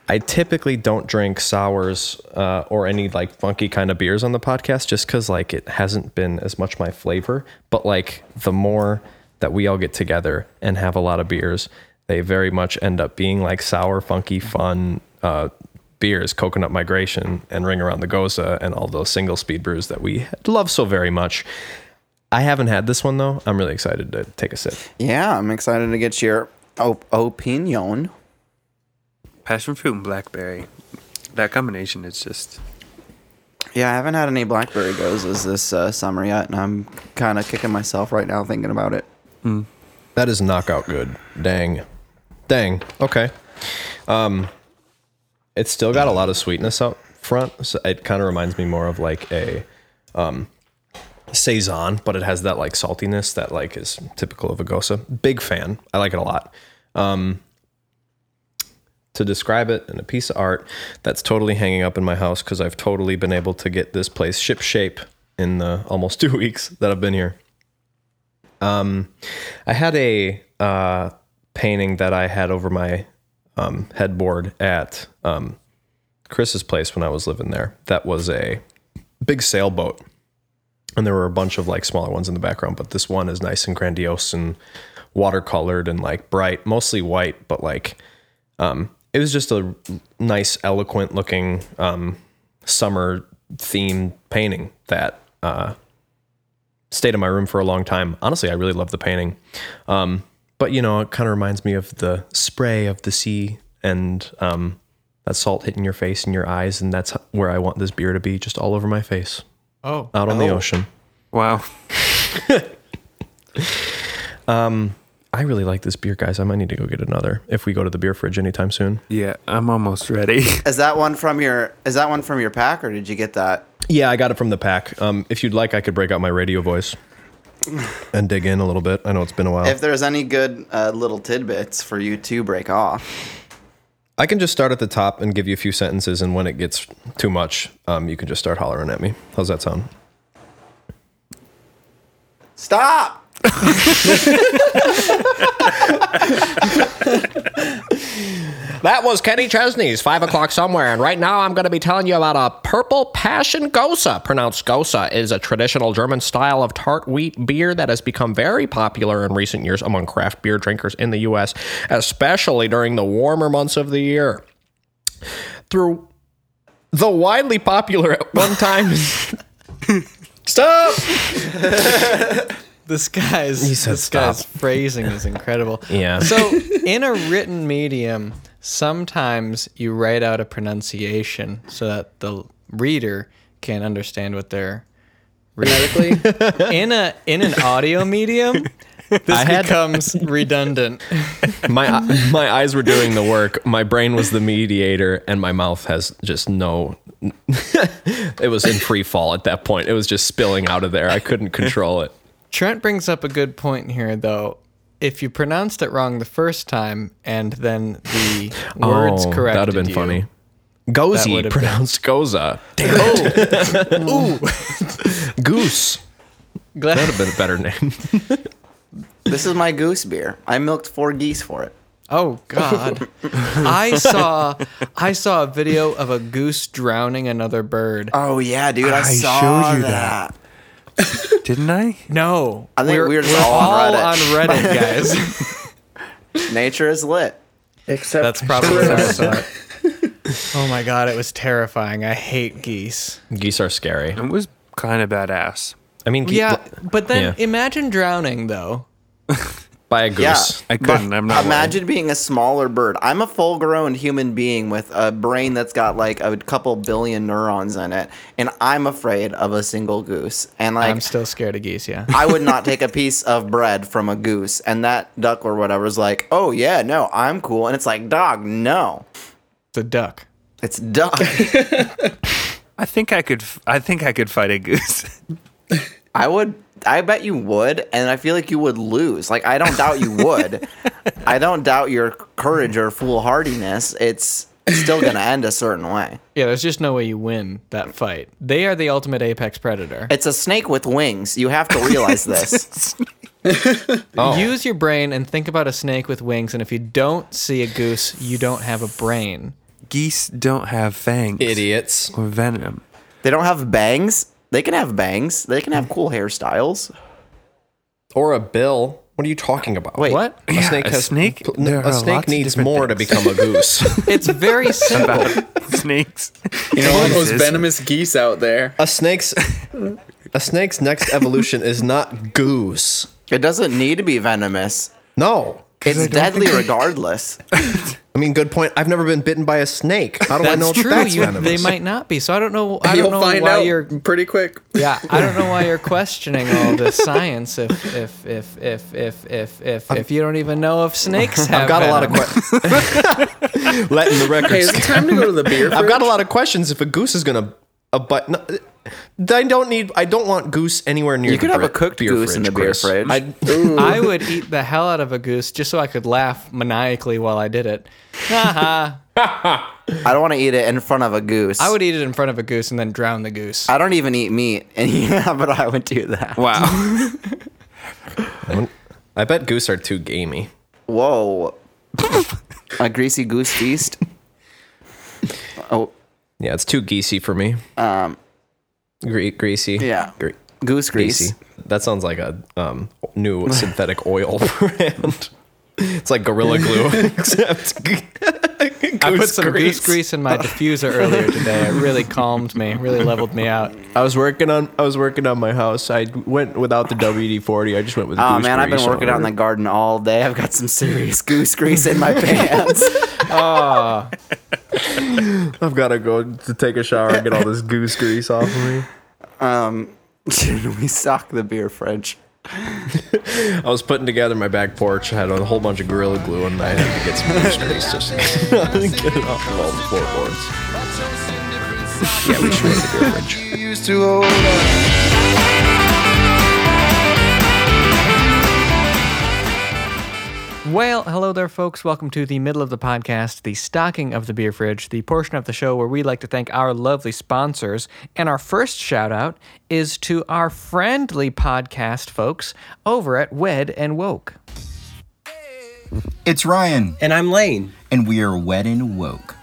[SPEAKER 3] I typically don't drink sours uh, or any like funky kind of beers on the podcast just because like it hasn't been as much my flavor. But like the more that we all get together and have a lot of beers, they very much end up being like sour, funky, fun uh, beers, Coconut Migration and Ring Around the Goza and all those single speed brews that we love so very much. I haven't had this one though. I'm really excited to take a sip.
[SPEAKER 2] Yeah, I'm excited to get your op- opinion.
[SPEAKER 4] Passion fruit and blackberry. That combination is just
[SPEAKER 2] Yeah, I haven't had any blackberry gozes this uh, summer yet, and I'm kind of kicking myself right now thinking about it.
[SPEAKER 3] That is knockout good. Dang. Dang. Okay. Um it's still got a lot of sweetness up front. So it kind of reminds me more of like a um saison, but it has that like saltiness that like is typical of a gosa. Big fan. I like it a lot. Um to describe it in a piece of art that's totally hanging up in my house cuz I've totally been able to get this place ship shape in the almost 2 weeks that I've been here. Um, I had a uh, painting that I had over my um, headboard at um, Chris's place when I was living there. That was a big sailboat, and there were a bunch of like smaller ones in the background, but this one is nice and grandiose and watercolored and like bright, mostly white, but like um, it was just a nice, eloquent looking um, summer themed painting that uh, stayed in my room for a long time. Honestly, I really love the painting. Um, but you know, it kind of reminds me of the spray of the sea and um, that salt hitting your face and your eyes, and that's where I want this beer to be, just all over my face,
[SPEAKER 1] Oh,
[SPEAKER 3] out on the ocean.
[SPEAKER 4] wow.
[SPEAKER 3] I really like this beer, guys. I might need to go get another if we go to the beer fridge anytime soon.
[SPEAKER 4] Yeah, I'm almost ready.
[SPEAKER 2] Is that one from your? Is that one from your pack, or did you get that?
[SPEAKER 3] Yeah, I got it from the pack. Um, if you'd like, I could break out my radio voice and dig in a little bit. I know it's been a while.
[SPEAKER 2] If there's any good uh, little tidbits for you to break off,
[SPEAKER 3] I can just start at the top and give you a few sentences, and when it gets too much, um, you can just start hollering at me. How's that sound?
[SPEAKER 2] stop.
[SPEAKER 3] That was Kenny Chesney's Five O'Clock Somewhere, and right now I'm going to be telling you about a purple passion gosa. Pronounced gosa is a traditional German style of tart wheat beer that has become very popular in recent years among craft beer drinkers in the U.S., especially during the warmer months of the year. Through the widely popular at one time.
[SPEAKER 1] Stop! this guy's
[SPEAKER 3] said
[SPEAKER 1] this guy's phrasing is incredible.
[SPEAKER 3] Yeah.
[SPEAKER 1] So in a written medium, sometimes you write out a pronunciation so that the reader can understand what they're phonetically. in a in an audio medium, this
[SPEAKER 3] had-
[SPEAKER 1] becomes redundant.
[SPEAKER 3] my uh, my eyes were doing the work. My brain was the mediator, and my mouth has just no. it was in free fall at that point. It was just spilling out of there. I couldn't control it.
[SPEAKER 1] Trent brings up a good point here, though. If you pronounced it wrong the first time and then the words
[SPEAKER 3] Oh,
[SPEAKER 1] corrected,
[SPEAKER 3] That'd have been
[SPEAKER 1] you,
[SPEAKER 3] funny.
[SPEAKER 1] That
[SPEAKER 3] Gozy
[SPEAKER 1] would've
[SPEAKER 3] pronounced Goza. Damn it. Ooh. Goose.
[SPEAKER 1] Glad-
[SPEAKER 3] That'd have been a better name.
[SPEAKER 2] This is my goose beer. I milked four geese for it.
[SPEAKER 1] Oh God! I saw I saw a video of a goose drowning another bird.
[SPEAKER 2] Oh yeah, dude, I,
[SPEAKER 4] I
[SPEAKER 2] saw
[SPEAKER 4] showed you
[SPEAKER 2] that.
[SPEAKER 4] Didn't I?
[SPEAKER 1] No,
[SPEAKER 2] I think we were just all on Reddit.
[SPEAKER 1] guys.
[SPEAKER 2] Nature is lit.
[SPEAKER 5] Except
[SPEAKER 1] That's probably where I saw it. Oh my God! It was terrifying. I hate geese.
[SPEAKER 3] Geese are scary.
[SPEAKER 4] It was kind of badass.
[SPEAKER 3] I mean, ge-
[SPEAKER 1] Yeah, but then
[SPEAKER 3] Yeah.
[SPEAKER 1] imagine drowning though.
[SPEAKER 3] by a goose.
[SPEAKER 4] I couldn't. I'm not.
[SPEAKER 2] Imagine being a smaller bird. I'm a full grown human being with a brain that's got like a couple billion neurons in it, and I'm afraid of a single goose. And like
[SPEAKER 1] I'm still scared of geese. Yeah.
[SPEAKER 2] I would not take a piece of bread from a goose, and that duck or whatever is like, oh yeah, no, I'm cool, and it's like, dog, no,
[SPEAKER 1] It's a duck.
[SPEAKER 2] it's duck.
[SPEAKER 4] I think I could. f- I think I could fight a goose.
[SPEAKER 2] I would, I bet you would, and I feel like you would lose. Like I don't doubt you would. I don't doubt your courage or foolhardiness. It's still gonna end a certain way.
[SPEAKER 1] Yeah, there's just no way you win that fight. They are the ultimate apex predator.
[SPEAKER 2] It's a snake with wings. You have to realize this.
[SPEAKER 1] Use your brain and think about a snake with wings. And if you don't see a goose, you don't have a brain.
[SPEAKER 4] Geese don't have fangs
[SPEAKER 3] Idiots.
[SPEAKER 4] or venom.
[SPEAKER 2] They don't have bangs. They can have bangs. They can have cool hairstyles.
[SPEAKER 3] Or a bill. What are you talking about?
[SPEAKER 2] Wait.
[SPEAKER 1] What?
[SPEAKER 3] A snake,
[SPEAKER 4] a
[SPEAKER 3] has,
[SPEAKER 4] snake-
[SPEAKER 3] pl-
[SPEAKER 4] there
[SPEAKER 3] a
[SPEAKER 4] are
[SPEAKER 3] snake
[SPEAKER 4] lots of
[SPEAKER 3] needs
[SPEAKER 4] different
[SPEAKER 3] more to
[SPEAKER 4] things.
[SPEAKER 3] become a goose.
[SPEAKER 1] It's very simple.
[SPEAKER 4] Snakes.
[SPEAKER 5] you know all
[SPEAKER 4] Jesus.
[SPEAKER 5] those venomous geese out there.
[SPEAKER 3] a snake's A snake's next evolution is not goose.
[SPEAKER 2] It doesn't need to be venomous.
[SPEAKER 3] No.
[SPEAKER 2] It's deadly regardless.
[SPEAKER 3] I mean, good point. I've never been bitten by a snake. How do I know
[SPEAKER 1] That's
[SPEAKER 3] that
[SPEAKER 1] true.
[SPEAKER 3] that's
[SPEAKER 1] you-
[SPEAKER 3] venomous?
[SPEAKER 1] they might not be. So I don't know. I
[SPEAKER 5] You'll
[SPEAKER 1] don't know
[SPEAKER 5] find
[SPEAKER 1] why
[SPEAKER 5] out
[SPEAKER 1] you're.
[SPEAKER 5] pretty quick.
[SPEAKER 1] Yeah, I don't know why you're questioning all this science if if if if if if if, if you don't even know if snakes have.
[SPEAKER 3] I've got a lot of
[SPEAKER 1] venom.
[SPEAKER 3] questions. Letting the
[SPEAKER 5] Hey,
[SPEAKER 3] records.
[SPEAKER 5] is it time to go to the beer?
[SPEAKER 3] I've got a
[SPEAKER 5] fridge?
[SPEAKER 3] lot of questions. If a goose is gonna, a but, no, I don't need. I don't want goose anywhere near.
[SPEAKER 2] You could
[SPEAKER 3] the
[SPEAKER 2] have a
[SPEAKER 3] bri-
[SPEAKER 2] cooked
[SPEAKER 3] beer
[SPEAKER 2] goose in the beer
[SPEAKER 3] Chris.
[SPEAKER 2] fridge.
[SPEAKER 3] I,
[SPEAKER 1] I would eat the hell out of a goose just so I could laugh maniacally while I did it. Haha.
[SPEAKER 2] I don't want to eat it in front of a goose.
[SPEAKER 1] I would eat it in front of a goose and then drown the goose.
[SPEAKER 2] I don't even eat meat, and yeah, but I would do that.
[SPEAKER 4] Wow.
[SPEAKER 3] I bet goose are too gamey.
[SPEAKER 2] Whoa, a greasy goose feast. Oh,
[SPEAKER 3] Yeah, it's too geesy for me. Um, Gre- greasy.
[SPEAKER 2] Yeah.
[SPEAKER 3] Gre-
[SPEAKER 2] goose grease.
[SPEAKER 3] greasy. That sounds like a um, new synthetic oil brand. It's like gorilla glue, except g-
[SPEAKER 1] I put
[SPEAKER 3] goose
[SPEAKER 1] some goose grease in my diffuser earlier today. It really calmed me, really leveled me out.
[SPEAKER 3] I was working on I was working on my house. I went without the WD forty. I just went with.
[SPEAKER 2] Oh
[SPEAKER 3] goose
[SPEAKER 2] man, I've
[SPEAKER 3] grease
[SPEAKER 2] been
[SPEAKER 3] on
[SPEAKER 2] working out in
[SPEAKER 3] it.
[SPEAKER 2] the garden all day. I've got some serious goose grease in my pants.
[SPEAKER 3] I've got to go to take a shower and get all this goose grease off of me.
[SPEAKER 2] Um, should we sock the beer fridge?
[SPEAKER 3] I was putting together my back porch. I had a whole bunch of Gorilla Glue, and I had to get some goose grease just to get it off of all the floorboards. Yeah, we should go to the beer fridge.
[SPEAKER 1] Well, hello there, folks. Welcome to the middle of the podcast, the stocking of the beer fridge, the portion of the show where we like to thank our lovely sponsors. And our first shout out is to our friendly podcast folks over at Wed and Woke.
[SPEAKER 6] It's Ryan,
[SPEAKER 7] And I'm Lane.
[SPEAKER 6] and we are wed and woke.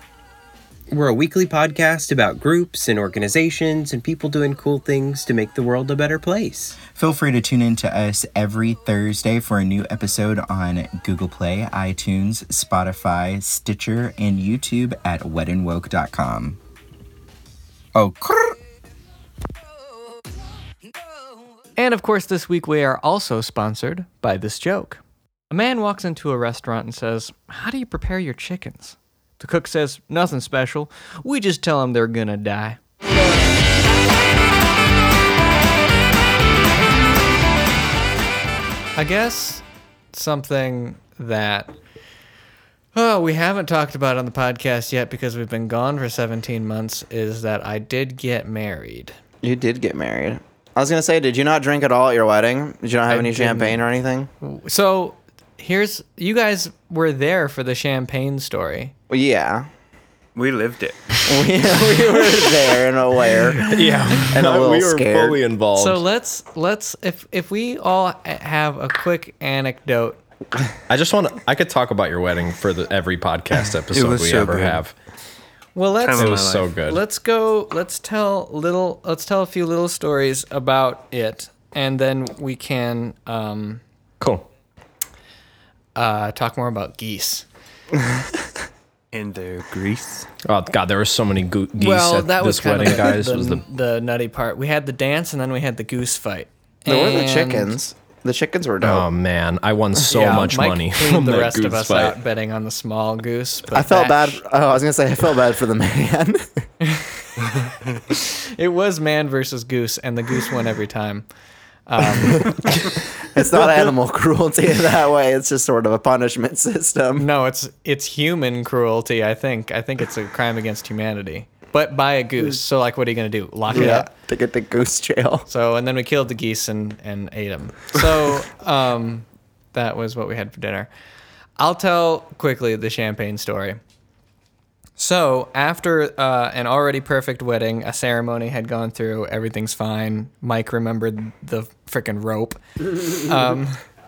[SPEAKER 7] We're a weekly podcast about groups and organizations and people doing cool things to make the world a better place.
[SPEAKER 6] Feel free to tune in to us every Thursday for a new episode on Google Play, iTunes, Spotify, Stitcher, and YouTube at wedandwoke.com. Oh, crrr.
[SPEAKER 1] And of course, this week we are also sponsored by this joke. A man walks into a restaurant and says, How do you prepare your chickens? The cook says, Nothing special. We just tell them they're gonna die. I guess something that oh, we haven't talked about on the podcast yet because we've been gone for 17 months is that I did get married.
[SPEAKER 2] You did get married. I was gonna say, did you not drink at all at your wedding? Did you not have any champagne or anything?
[SPEAKER 1] So here's you guys were there for the champagne story.
[SPEAKER 2] Well, yeah,
[SPEAKER 4] we lived it.
[SPEAKER 2] we, we were there and aware.
[SPEAKER 3] Yeah,
[SPEAKER 2] And a little
[SPEAKER 3] we were
[SPEAKER 2] scared.
[SPEAKER 3] fully involved.
[SPEAKER 1] So let's let's if if we all have a quick anecdote.
[SPEAKER 3] I just want to. I could talk about your wedding for the, every podcast episode we
[SPEAKER 4] was so
[SPEAKER 3] ever
[SPEAKER 4] good.
[SPEAKER 3] have.
[SPEAKER 1] Well, let's
[SPEAKER 4] Time
[SPEAKER 3] It
[SPEAKER 4] My
[SPEAKER 3] was so
[SPEAKER 4] life.
[SPEAKER 3] good.
[SPEAKER 1] let's go. Let's tell little. Let's tell a few little stories about it, and then we can um,
[SPEAKER 3] cool.
[SPEAKER 1] uh, talk more about geese.
[SPEAKER 4] And the grease.
[SPEAKER 3] Oh God, there were so many go- geese
[SPEAKER 1] well,
[SPEAKER 3] at
[SPEAKER 1] that was
[SPEAKER 3] this
[SPEAKER 1] kind
[SPEAKER 3] wedding,
[SPEAKER 1] of the,
[SPEAKER 3] guys.
[SPEAKER 1] the,
[SPEAKER 3] was the
[SPEAKER 1] the nutty part. We had the dance, and then we had the goose fight.
[SPEAKER 2] There were the
[SPEAKER 1] And- Um,
[SPEAKER 2] chickens. The chickens were dope.
[SPEAKER 3] oh man, I won so
[SPEAKER 1] Yeah,
[SPEAKER 3] much
[SPEAKER 1] Mike
[SPEAKER 3] money
[SPEAKER 1] cleaned
[SPEAKER 3] from
[SPEAKER 1] the
[SPEAKER 3] that
[SPEAKER 1] rest of
[SPEAKER 3] goose
[SPEAKER 1] us
[SPEAKER 3] fight.
[SPEAKER 1] out betting on the small goose. But
[SPEAKER 2] I felt
[SPEAKER 1] that-
[SPEAKER 2] bad. Oh, I was gonna say I felt bad for the man.
[SPEAKER 1] It was man versus goose, and the goose won every time. Um,
[SPEAKER 2] it's not animal cruelty that way. It's just sort of a punishment system.
[SPEAKER 1] No, it's it's human cruelty. I think. I think it's a crime against humanity, but by a goose. So, like, what are you gonna do? Lock it
[SPEAKER 2] Yeah,
[SPEAKER 1] up.
[SPEAKER 2] to get the goose jail.
[SPEAKER 1] So, and then we killed the geese and and ate them. So, um, that was what we had for dinner. I'll tell quickly the champagne story. So, after uh, an already perfect wedding, a ceremony had gone through, everything's fine. Mike remembered the freaking rope.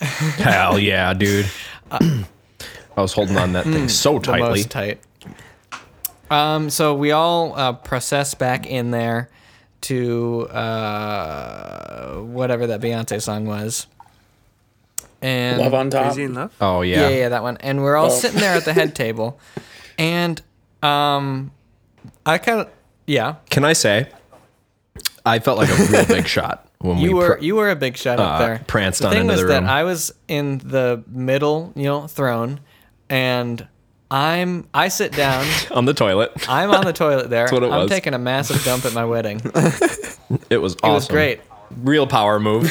[SPEAKER 3] Hell yeah, dude. I was holding on that thing so
[SPEAKER 1] the
[SPEAKER 3] tightly.
[SPEAKER 1] most tight. Um, so we all uh, process back in there to uh, whatever that Beyonce song was, and
[SPEAKER 5] Love on Oh. top.
[SPEAKER 4] Crazy in love?
[SPEAKER 3] oh
[SPEAKER 1] yeah.
[SPEAKER 3] yeah.
[SPEAKER 1] yeah, that one. And we're all sitting there at the head table, and um, I kind of yeah.
[SPEAKER 3] Can I say? I felt like a real big shot when we
[SPEAKER 1] You were
[SPEAKER 3] pr-
[SPEAKER 1] you were a big shot
[SPEAKER 3] uh,
[SPEAKER 1] up there.
[SPEAKER 3] pranced
[SPEAKER 1] the
[SPEAKER 3] on
[SPEAKER 1] thing
[SPEAKER 3] into
[SPEAKER 1] was
[SPEAKER 3] the
[SPEAKER 1] that
[SPEAKER 3] room.
[SPEAKER 1] I was in the middle, you know, throne, and I'm I sit down.
[SPEAKER 3] on the toilet.
[SPEAKER 1] I'm on the toilet there.
[SPEAKER 3] what it
[SPEAKER 1] I'm
[SPEAKER 3] was.
[SPEAKER 1] taking a massive dump at my wedding.
[SPEAKER 3] It was
[SPEAKER 1] It
[SPEAKER 3] awesome.
[SPEAKER 1] was great.
[SPEAKER 3] Real power move.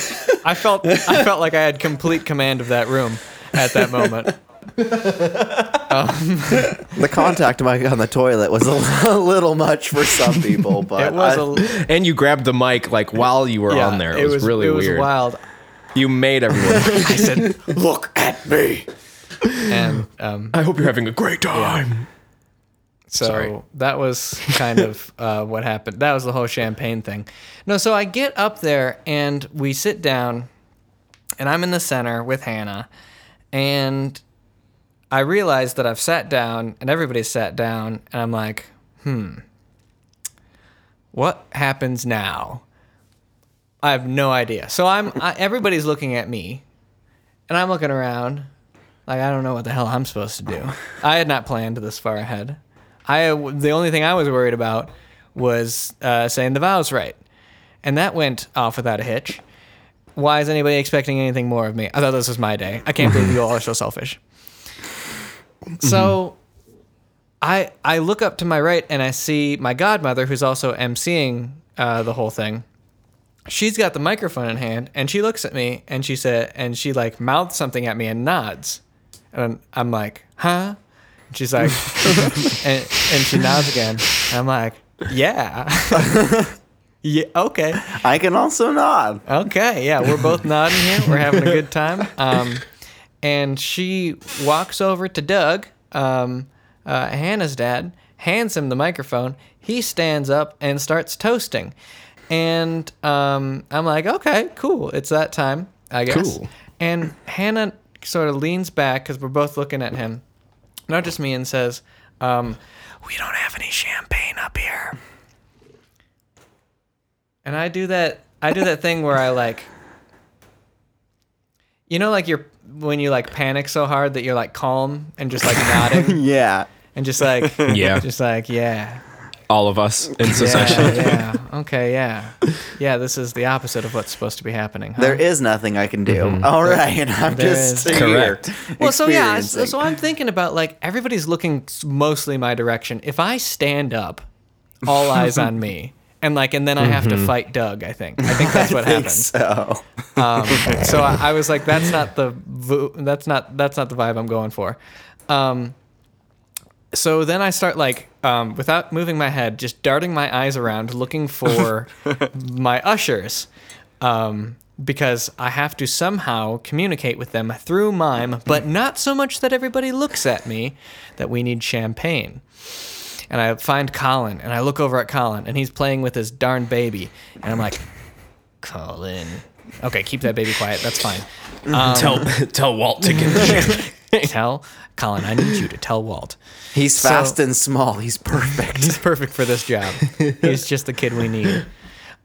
[SPEAKER 1] I felt I felt like I had complete command of that room at that moment.
[SPEAKER 2] The contact mic on the toilet was a li- a little much for some people, but
[SPEAKER 1] It was
[SPEAKER 2] I-
[SPEAKER 1] a,
[SPEAKER 3] and you grabbed the mic like while you were
[SPEAKER 1] yeah,
[SPEAKER 3] on there. It, was, really
[SPEAKER 1] it was
[SPEAKER 3] weird.
[SPEAKER 1] wild.
[SPEAKER 3] You made everyone.
[SPEAKER 1] I said,
[SPEAKER 2] look at me.
[SPEAKER 1] and um,
[SPEAKER 3] I hope you're having a great time.
[SPEAKER 1] so
[SPEAKER 3] Sorry.
[SPEAKER 1] that was kind of uh, what happened. That was the whole champagne thing. No, so I get up there and we sit down, and I'm in the center with Hannah, and I realize that I've sat down and everybody's sat down, and I'm like, hmm, what happens now? I have no idea. So I'm I, everybody's looking at me, and I'm looking around, like I don't know what the hell I'm supposed to do. I had not planned this far ahead. I the only thing I was worried about was uh, saying the vows right, and that went off without a hitch. Why is anybody expecting anything more of me? I thought this was my day. I can't believe you all are so selfish. So, I I look up to my right and I see my godmother, who's also emceeing uh, the whole thing she's got the microphone in hand and she looks at me and she said and she like mouths something at me and nods and i'm like huh and she's like and, and she nods again and i'm like yeah yeah okay
[SPEAKER 2] I can also nod.
[SPEAKER 1] okay yeah we're both nodding here we're having a good time um, and she walks over to doug um, uh, hannah's dad hands him the microphone he stands up and starts toasting and um, i'm like okay cool it's that time i guess
[SPEAKER 3] Cool.
[SPEAKER 1] and hannah sort of leans back because we're both looking at him not just me and says um, we don't have any champagne up here and I do that I do that thing where I like you know like you're when you like panic so hard that you're like calm and just like nodding
[SPEAKER 2] Yeah.
[SPEAKER 1] and just like
[SPEAKER 3] Yeah.
[SPEAKER 1] just like yeah
[SPEAKER 3] All of us in succession.
[SPEAKER 1] yeah, yeah okay yeah yeah this is the opposite of what's supposed to be happening huh?
[SPEAKER 2] There is nothing I can do.
[SPEAKER 3] Mm-hmm.
[SPEAKER 2] All right, I'm
[SPEAKER 1] There
[SPEAKER 2] just
[SPEAKER 1] is.
[SPEAKER 2] here
[SPEAKER 3] Correct.
[SPEAKER 1] well so yeah s-
[SPEAKER 2] experiencing.
[SPEAKER 1] so i'm thinking about like everybody's looking s- mostly my direction if i stand up all eyes on me and like and then i have to fight doug i think i think that's what
[SPEAKER 2] Mm-hmm. I think
[SPEAKER 1] happens Um,
[SPEAKER 2] so.
[SPEAKER 1] so I, I was like, that's not the vo- that's not that's not the vibe I'm going for. Um, so then I start like um, without moving my head, just darting my eyes around, looking for my ushers. Um, because I have to somehow communicate with them through mime, but not so much that everybody looks at me that we need champagne and I find Colin and I look over at Colin and he's playing with his darn baby and I'm like, Colin, okay, keep that baby quiet. That's fine.
[SPEAKER 3] tell tell Walt to get
[SPEAKER 1] Tell Colin, I need you to tell Walt.
[SPEAKER 2] He's
[SPEAKER 1] So-
[SPEAKER 2] fast and small. He's perfect.
[SPEAKER 1] He's perfect for this job. He's just the kid we need.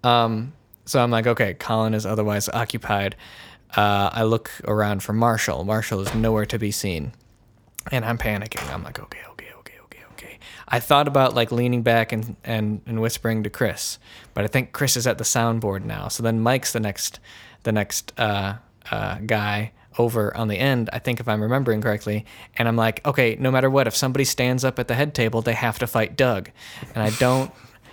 [SPEAKER 1] Um, so I'm like, okay, Colin is otherwise occupied. Uh, I look around for Marshall. Marshall is nowhere to be seen. and I'm panicking. I'm like, okay, okay, okay, okay, okay. I thought about like leaning back and, and, and whispering to Chris, but I think Chris is at the soundboard now. So then Mike's the next the next uh, uh, guy over on the end. I think if I'm remembering correctly, and I'm like, okay, no matter what, if somebody stands up at the head table, they have to fight Doug, and I don't.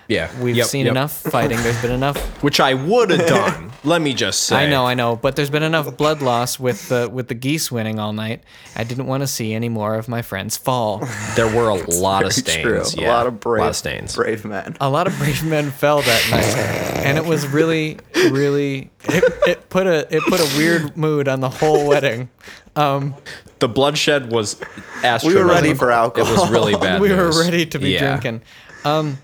[SPEAKER 3] Yeah.
[SPEAKER 1] We've
[SPEAKER 3] Yep,
[SPEAKER 1] seen
[SPEAKER 3] yep.
[SPEAKER 1] enough fighting. There's been enough
[SPEAKER 3] Which I would have done. Let me just say.
[SPEAKER 1] I know, I know, but there's been enough blood loss with the with the geese winning all night. I didn't want to see any more of my friends fall.
[SPEAKER 3] There were a lot of stains.
[SPEAKER 2] True.
[SPEAKER 3] Yeah.
[SPEAKER 2] A lot of brave,
[SPEAKER 3] stains.
[SPEAKER 2] brave men.
[SPEAKER 1] A lot of brave men fell that night, and it was really, really it, it put a it put a weird mood on the whole wedding. Um,
[SPEAKER 3] The bloodshed was
[SPEAKER 2] We
[SPEAKER 3] astronomical.
[SPEAKER 2] were ready for
[SPEAKER 3] It
[SPEAKER 2] alcohol.
[SPEAKER 3] was really bad.
[SPEAKER 1] we were
[SPEAKER 3] news.
[SPEAKER 1] ready to be
[SPEAKER 3] Yeah.
[SPEAKER 1] drinking. Um,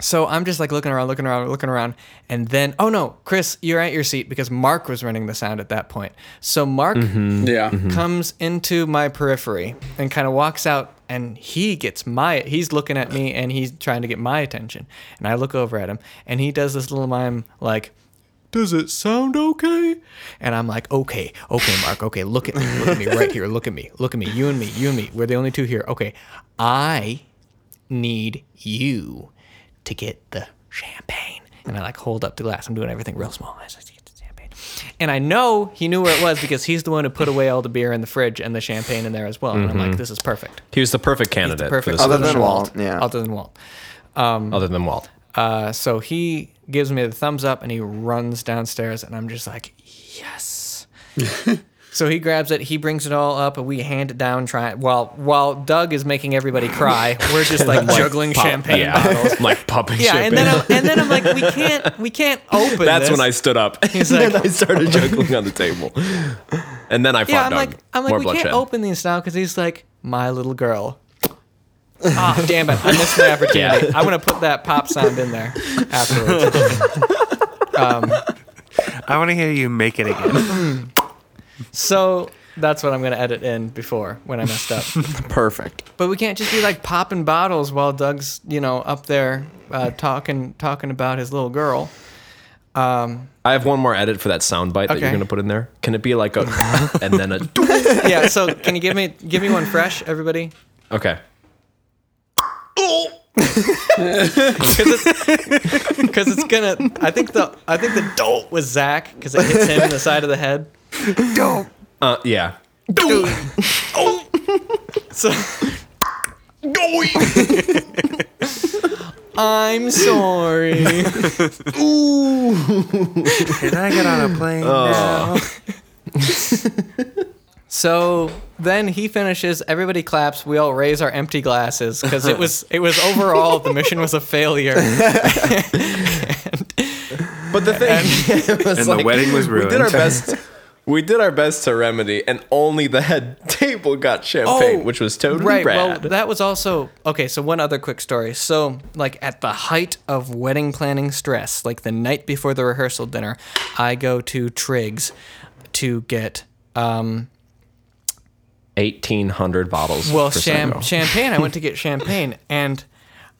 [SPEAKER 1] so I'm just like looking around, looking around, looking around, and then oh no, Chris, you're at your seat because Mark was running the sound at that point. So Mark
[SPEAKER 5] Yeah.
[SPEAKER 1] comes into my periphery and kind of walks out and he gets my he's looking at me and he's trying to get my attention and i look over at him and he does this little mime like does it sound okay and i'm like okay okay mark okay look at me look at me right here look at me look at me you and me you and me we're the only two here okay i need you to get the champagne And I like hold up the glass. I'm doing everything real small. I just get the champagne. And I know he knew where it was because he's the one who put away all the beer in the fridge and the champagne in there as well. And I'm
[SPEAKER 3] Mm-hmm.
[SPEAKER 1] like, this is perfect.
[SPEAKER 3] He was the perfect candidate.
[SPEAKER 1] The
[SPEAKER 3] for
[SPEAKER 1] perfect.
[SPEAKER 3] this
[SPEAKER 2] Other
[SPEAKER 3] position,
[SPEAKER 2] than Walt, yeah.
[SPEAKER 1] Other than Walt.
[SPEAKER 3] other than Walt.
[SPEAKER 1] Uh, so he gives me the thumbs up and he runs downstairs, and I'm just like, yes. so he grabs it, he brings it all up, and we hand it down. Try while while Doug is making everybody cry, we're just like juggling
[SPEAKER 3] Pop-
[SPEAKER 1] champagne
[SPEAKER 3] yeah,
[SPEAKER 1] bottles.
[SPEAKER 3] like popping
[SPEAKER 1] Yeah,
[SPEAKER 3] champagne.
[SPEAKER 1] and then I'm, and then I'm like, we can't we can't open.
[SPEAKER 3] eh? That's
[SPEAKER 1] this.
[SPEAKER 3] when I stood up.
[SPEAKER 1] He's
[SPEAKER 3] and then
[SPEAKER 1] like-
[SPEAKER 3] I started juggling on the table. And then I fought
[SPEAKER 1] Yeah, I'm
[SPEAKER 3] Doug.
[SPEAKER 1] like I'm like
[SPEAKER 3] More
[SPEAKER 1] we
[SPEAKER 3] bloodshed.
[SPEAKER 1] can't open these now because he's like my little girl. Ah, damn it! I missed my opportunity. I'm gonna put that pop sound in there afterwards.
[SPEAKER 4] I want to hear you make it again.
[SPEAKER 1] So that's what I'm gonna edit in before when I messed up.
[SPEAKER 2] Perfect.
[SPEAKER 1] But we can't just be like popping bottles while Doug's, you know, up there uh, talking talking about his little girl. Um,
[SPEAKER 3] I have one more edit for that soundbite that you're
[SPEAKER 1] Okay.
[SPEAKER 3] going to put in there. Can it be like a and then a
[SPEAKER 1] Yeah. So can you give me give me one fresh, everybody?
[SPEAKER 3] Okay.
[SPEAKER 1] Because it's, 'cause it's gonna. I think the I think the dope was Zach because it hits him in the side of the head.
[SPEAKER 3] Uh yeah.
[SPEAKER 1] So. I'm sorry.
[SPEAKER 4] Did I get on a plane? now?
[SPEAKER 1] So then he finishes. Everybody claps. We all raise our empty glasses because it was it was overall the mission was a failure.
[SPEAKER 3] But the thing it was
[SPEAKER 4] And the wedding was
[SPEAKER 3] We did our
[SPEAKER 4] ruined.
[SPEAKER 3] best. We did our best to remedy, and only the head table got champagne,
[SPEAKER 1] Oh,
[SPEAKER 3] which was totally
[SPEAKER 1] right.
[SPEAKER 3] rad.
[SPEAKER 1] Well, that was also okay. So one other quick story. So like at the height of wedding planning stress, like the night before the rehearsal dinner, I go to Triggs to get um
[SPEAKER 3] Eighteen hundred bottles.
[SPEAKER 1] well
[SPEAKER 3] for
[SPEAKER 1] cham-
[SPEAKER 3] Sango.
[SPEAKER 1] champagne. I went to get champagne and.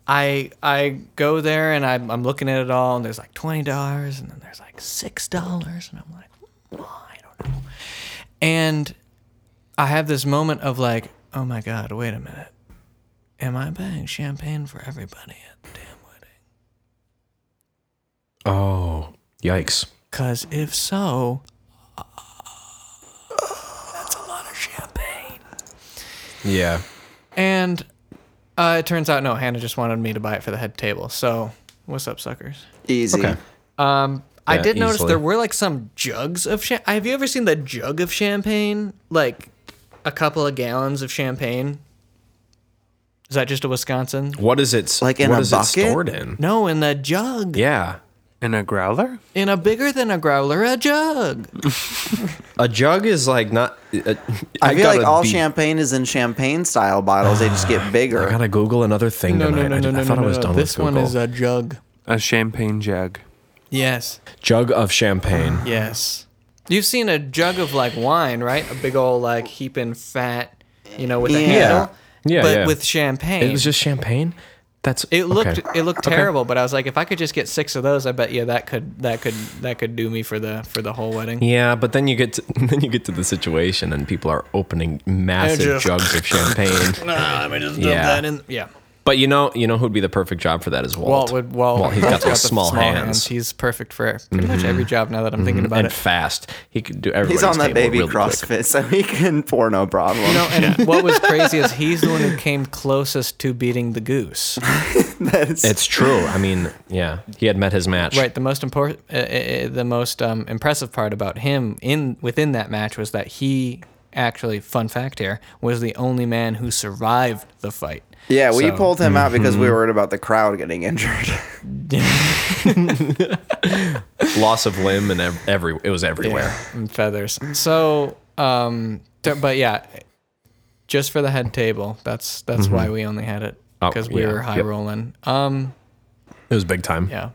[SPEAKER 1] I I go there and I'm, I'm looking at it all and there's like twenty dollars and then there's like six dollars and I'm like, "Well, I don't know. And I have this moment of like, oh my god, wait a minute, am I buying champagne for everybody at the damn wedding?
[SPEAKER 3] Oh, yikes!
[SPEAKER 1] Cause if so, that's a lot of champagne.
[SPEAKER 3] Yeah,
[SPEAKER 1] And uh, it turns out no, Hannah just wanted me to buy it for the head table. So what's up, suckers?
[SPEAKER 2] Easy.
[SPEAKER 1] Um, I
[SPEAKER 3] Yeah,
[SPEAKER 1] did notice
[SPEAKER 3] easily.
[SPEAKER 1] there were like some jugs of champagne. Have you ever seen the jug of champagne? Like a couple of gallons of champagne? Is that just a Wisconsin?
[SPEAKER 3] what is it?
[SPEAKER 2] Like in
[SPEAKER 3] what
[SPEAKER 2] a
[SPEAKER 3] is
[SPEAKER 2] bucket?
[SPEAKER 3] it stored in?
[SPEAKER 1] No, in the jug.
[SPEAKER 3] Yeah,
[SPEAKER 4] And a growler?
[SPEAKER 1] In a bigger than a growler, a jug.
[SPEAKER 3] a jug is like not. Uh,
[SPEAKER 2] I feel like
[SPEAKER 3] gotta
[SPEAKER 2] all
[SPEAKER 3] be-
[SPEAKER 2] champagne is in champagne style bottles. They just get
[SPEAKER 3] I
[SPEAKER 2] bigger.
[SPEAKER 3] gotta Google another thing
[SPEAKER 1] No, no,
[SPEAKER 3] tonight.
[SPEAKER 1] no,
[SPEAKER 3] I-
[SPEAKER 1] no,
[SPEAKER 3] I,
[SPEAKER 1] no,
[SPEAKER 3] thought
[SPEAKER 1] no,
[SPEAKER 3] I was
[SPEAKER 1] no.
[SPEAKER 3] done
[SPEAKER 1] This
[SPEAKER 3] with
[SPEAKER 1] one
[SPEAKER 3] Google.
[SPEAKER 1] is a jug.
[SPEAKER 4] A champagne jug.
[SPEAKER 1] Yes,
[SPEAKER 3] jug of champagne.
[SPEAKER 1] yes. Uh-huh. You've seen a jug of like wine, right? A big old like heaping fat, you know, with a
[SPEAKER 2] Yeah.
[SPEAKER 1] handle.
[SPEAKER 3] Yeah,
[SPEAKER 1] but
[SPEAKER 3] yeah.
[SPEAKER 1] with champagne.
[SPEAKER 3] It was just champagne. That's
[SPEAKER 1] It looked
[SPEAKER 3] okay.
[SPEAKER 1] it looked terrible, but I was like, if I could just get six of those, I bet you that could that could that could do me for the for the whole wedding.
[SPEAKER 3] Yeah, but then you get to, then you get to the situation and people are opening massive
[SPEAKER 1] just-
[SPEAKER 3] jugs of champagne.
[SPEAKER 1] I mean, just
[SPEAKER 3] dump Yeah. that
[SPEAKER 1] yeah.
[SPEAKER 3] But you know, you know who'd be the perfect job for that is Walt.
[SPEAKER 1] Walt would Walt.
[SPEAKER 3] Walt, he's got
[SPEAKER 1] Walt's
[SPEAKER 3] those
[SPEAKER 1] the
[SPEAKER 3] small, hands, Mm-hmm.
[SPEAKER 1] He's perfect for pretty much every job. Now that I'm thinking about
[SPEAKER 3] and
[SPEAKER 1] it,
[SPEAKER 3] fast. He could do everything.
[SPEAKER 2] He's on that baby
[SPEAKER 3] really
[SPEAKER 2] CrossFit,
[SPEAKER 3] Quick.
[SPEAKER 2] so he can pour no problem.
[SPEAKER 1] no, and what was crazy is he's the one who came closest to beating the goose.
[SPEAKER 3] It's true. I mean, yeah, he had met his match.
[SPEAKER 1] Right. The most important, uh, uh, uh, the most um, impressive part about him in within that match was that he actually, fun fact here, was the only man who survived the fight.
[SPEAKER 2] yeah, we
[SPEAKER 1] So-
[SPEAKER 2] pulled him out because
[SPEAKER 3] mm-hmm.
[SPEAKER 2] we were worried about the crowd getting injured.
[SPEAKER 3] Loss of limb and ev- every it was everywhere.
[SPEAKER 1] and feathers. So, um, th- but yeah, just for the head table. That's that's why we only had it
[SPEAKER 3] Mm-hmm. Oh,
[SPEAKER 1] because we
[SPEAKER 3] yeah,
[SPEAKER 1] were high
[SPEAKER 3] yep.
[SPEAKER 1] rolling. Um,
[SPEAKER 3] It was big time.
[SPEAKER 1] yeah,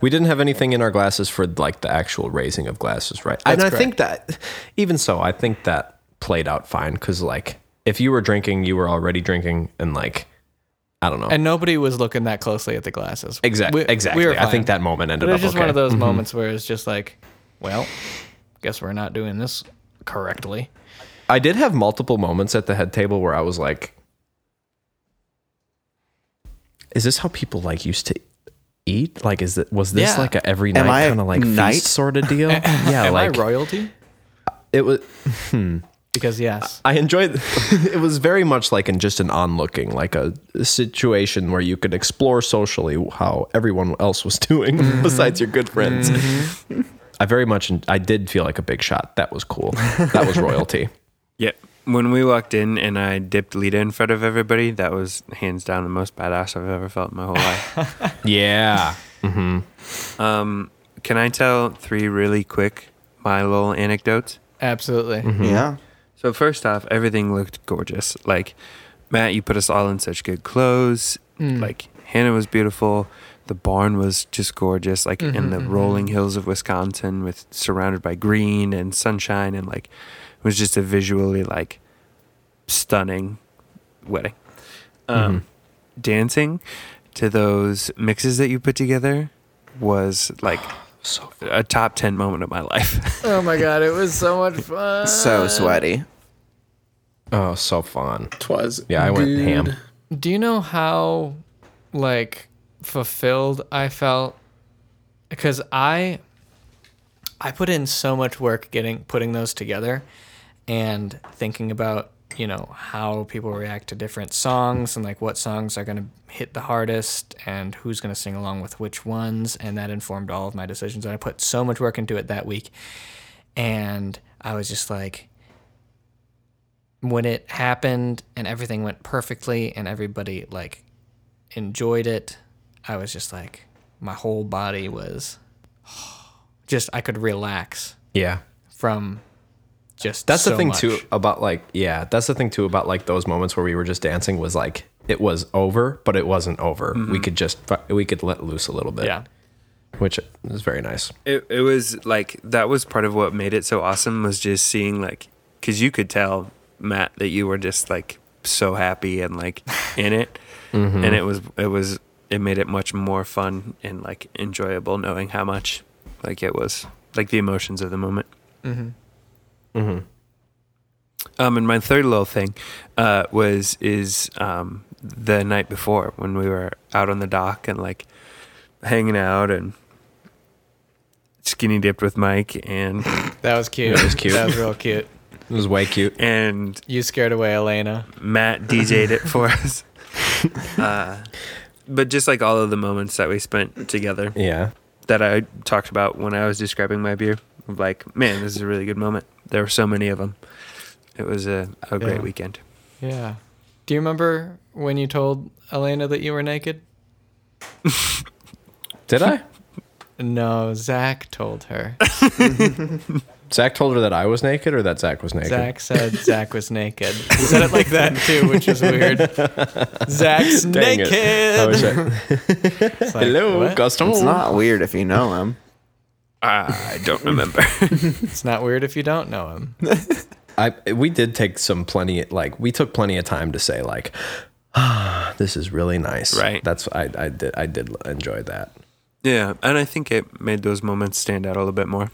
[SPEAKER 3] We didn't have anything in our glasses for like the actual raising of glasses, right? and I think that, even so, I think that played out fine because like if you were drinking, you were already drinking, and like I don't know
[SPEAKER 1] and nobody was looking that closely at the glasses.
[SPEAKER 3] exactly.
[SPEAKER 1] We- we
[SPEAKER 3] Oh. exactly.
[SPEAKER 1] were
[SPEAKER 3] I think
[SPEAKER 1] fine.
[SPEAKER 3] that moment ended
[SPEAKER 1] But it
[SPEAKER 3] up
[SPEAKER 1] was just
[SPEAKER 3] okay.
[SPEAKER 1] one of those moments where it's just like, well, guess we're not doing this correctly.
[SPEAKER 3] I did have multiple moments at the head table where I was like, "Is this how people like used to eat? Like, is it was this
[SPEAKER 1] Yeah.
[SPEAKER 3] like a every
[SPEAKER 2] Am I
[SPEAKER 3] night
[SPEAKER 2] a
[SPEAKER 3] kind of like
[SPEAKER 2] knight?
[SPEAKER 3] feast sort of deal? yeah,
[SPEAKER 1] Am
[SPEAKER 3] like
[SPEAKER 1] I royalty?
[SPEAKER 3] it was.
[SPEAKER 1] Because yes.
[SPEAKER 3] I enjoyed. it was very much like in just an onlooking, like a situation where you could explore socially how everyone else was doing
[SPEAKER 1] Mm-hmm.
[SPEAKER 3] besides your good friends. I very much, I did feel like a big shot. That was cool. That was royalty.
[SPEAKER 4] Yeah. When we walked in and I dipped Lita in front of everybody, that was hands down the most badass I've ever felt in my whole life.
[SPEAKER 3] yeah.
[SPEAKER 4] um, can I tell three really quick my little anecdotes?
[SPEAKER 1] Absolutely.
[SPEAKER 2] Yeah.
[SPEAKER 4] So first off, everything looked gorgeous. Like Matt, you put us all in such good clothes. Like Hannah was beautiful. The barn was just gorgeous, like in the rolling hills of Wisconsin, with surrounded by green and sunshine, and like it was just a visually like stunning wedding. Um, Dancing to those mixes that you put together was like a top ten moment of my life.
[SPEAKER 1] Oh my god, it was so much fun.
[SPEAKER 2] So sweaty.
[SPEAKER 3] Oh, so fun.
[SPEAKER 5] Twas.
[SPEAKER 3] Yeah, I went
[SPEAKER 5] good.
[SPEAKER 3] ham.
[SPEAKER 1] Do you know how like fulfilled I felt? Because I I put in so much work getting putting those together and thinking about, you know, how people react to different songs and like what songs are gonna hit the hardest and who's gonna sing along with which ones, and that informed all of my decisions. And I put so much work into it that week. And I was just like, when it happened and everything went perfectly and everybody like enjoyed it, I was just like my whole body was just I could relax
[SPEAKER 3] Yeah.
[SPEAKER 1] from just
[SPEAKER 3] That's
[SPEAKER 1] so
[SPEAKER 3] the thing
[SPEAKER 1] much.
[SPEAKER 3] too about like yeah, that's the thing too about like those moments where we were just dancing was like it was over, but it wasn't over. We could just fu- we could let loose a little bit.
[SPEAKER 1] Mm-hmm. Yeah.
[SPEAKER 3] Which is very nice.
[SPEAKER 4] it, it was like that was part of what made it so awesome was just seeing like because you could tell matt that you were just like so happy and like in it and it was it was it made it much more fun and like enjoyable knowing how much like it was like the emotions of the moment um, and my third little thing uh, was is um, the night before when we were out on the dock and like hanging out and skinny dipped with Mike and
[SPEAKER 1] That was cute.
[SPEAKER 3] That was cute.
[SPEAKER 1] That was real cute.
[SPEAKER 3] It was way cute.
[SPEAKER 4] and
[SPEAKER 1] You scared away Elena.
[SPEAKER 4] Matt DJ'd it for us. Uh, but just like all of the moments that we spent together
[SPEAKER 3] Yeah.
[SPEAKER 4] that I talked about when I was describing my beer, like man, this is a really good moment. There were so many of them. It was a, a great
[SPEAKER 1] Yeah.
[SPEAKER 4] weekend.
[SPEAKER 1] Yeah. Do you remember when you told Elena that you were naked?
[SPEAKER 3] Did I?
[SPEAKER 1] No, Zach told her.
[SPEAKER 3] Zach told her that I was naked or that Zach was naked.
[SPEAKER 1] Zach said Zach was naked. He said it like that too, which is weird. Zach's
[SPEAKER 3] Dang it.
[SPEAKER 1] naked.
[SPEAKER 3] I was like,
[SPEAKER 1] It's like,
[SPEAKER 3] Hello,
[SPEAKER 1] what?
[SPEAKER 3] Gaston.
[SPEAKER 2] It's not weird if you know him.
[SPEAKER 4] I don't remember.
[SPEAKER 1] It's not weird if you don't know him.
[SPEAKER 3] I we did take some plenty like we took plenty of time to say like ah, this is really nice.
[SPEAKER 4] Right.
[SPEAKER 3] That's I I did I did enjoy that.
[SPEAKER 4] yeah, and I think it made those moments stand out a little bit more.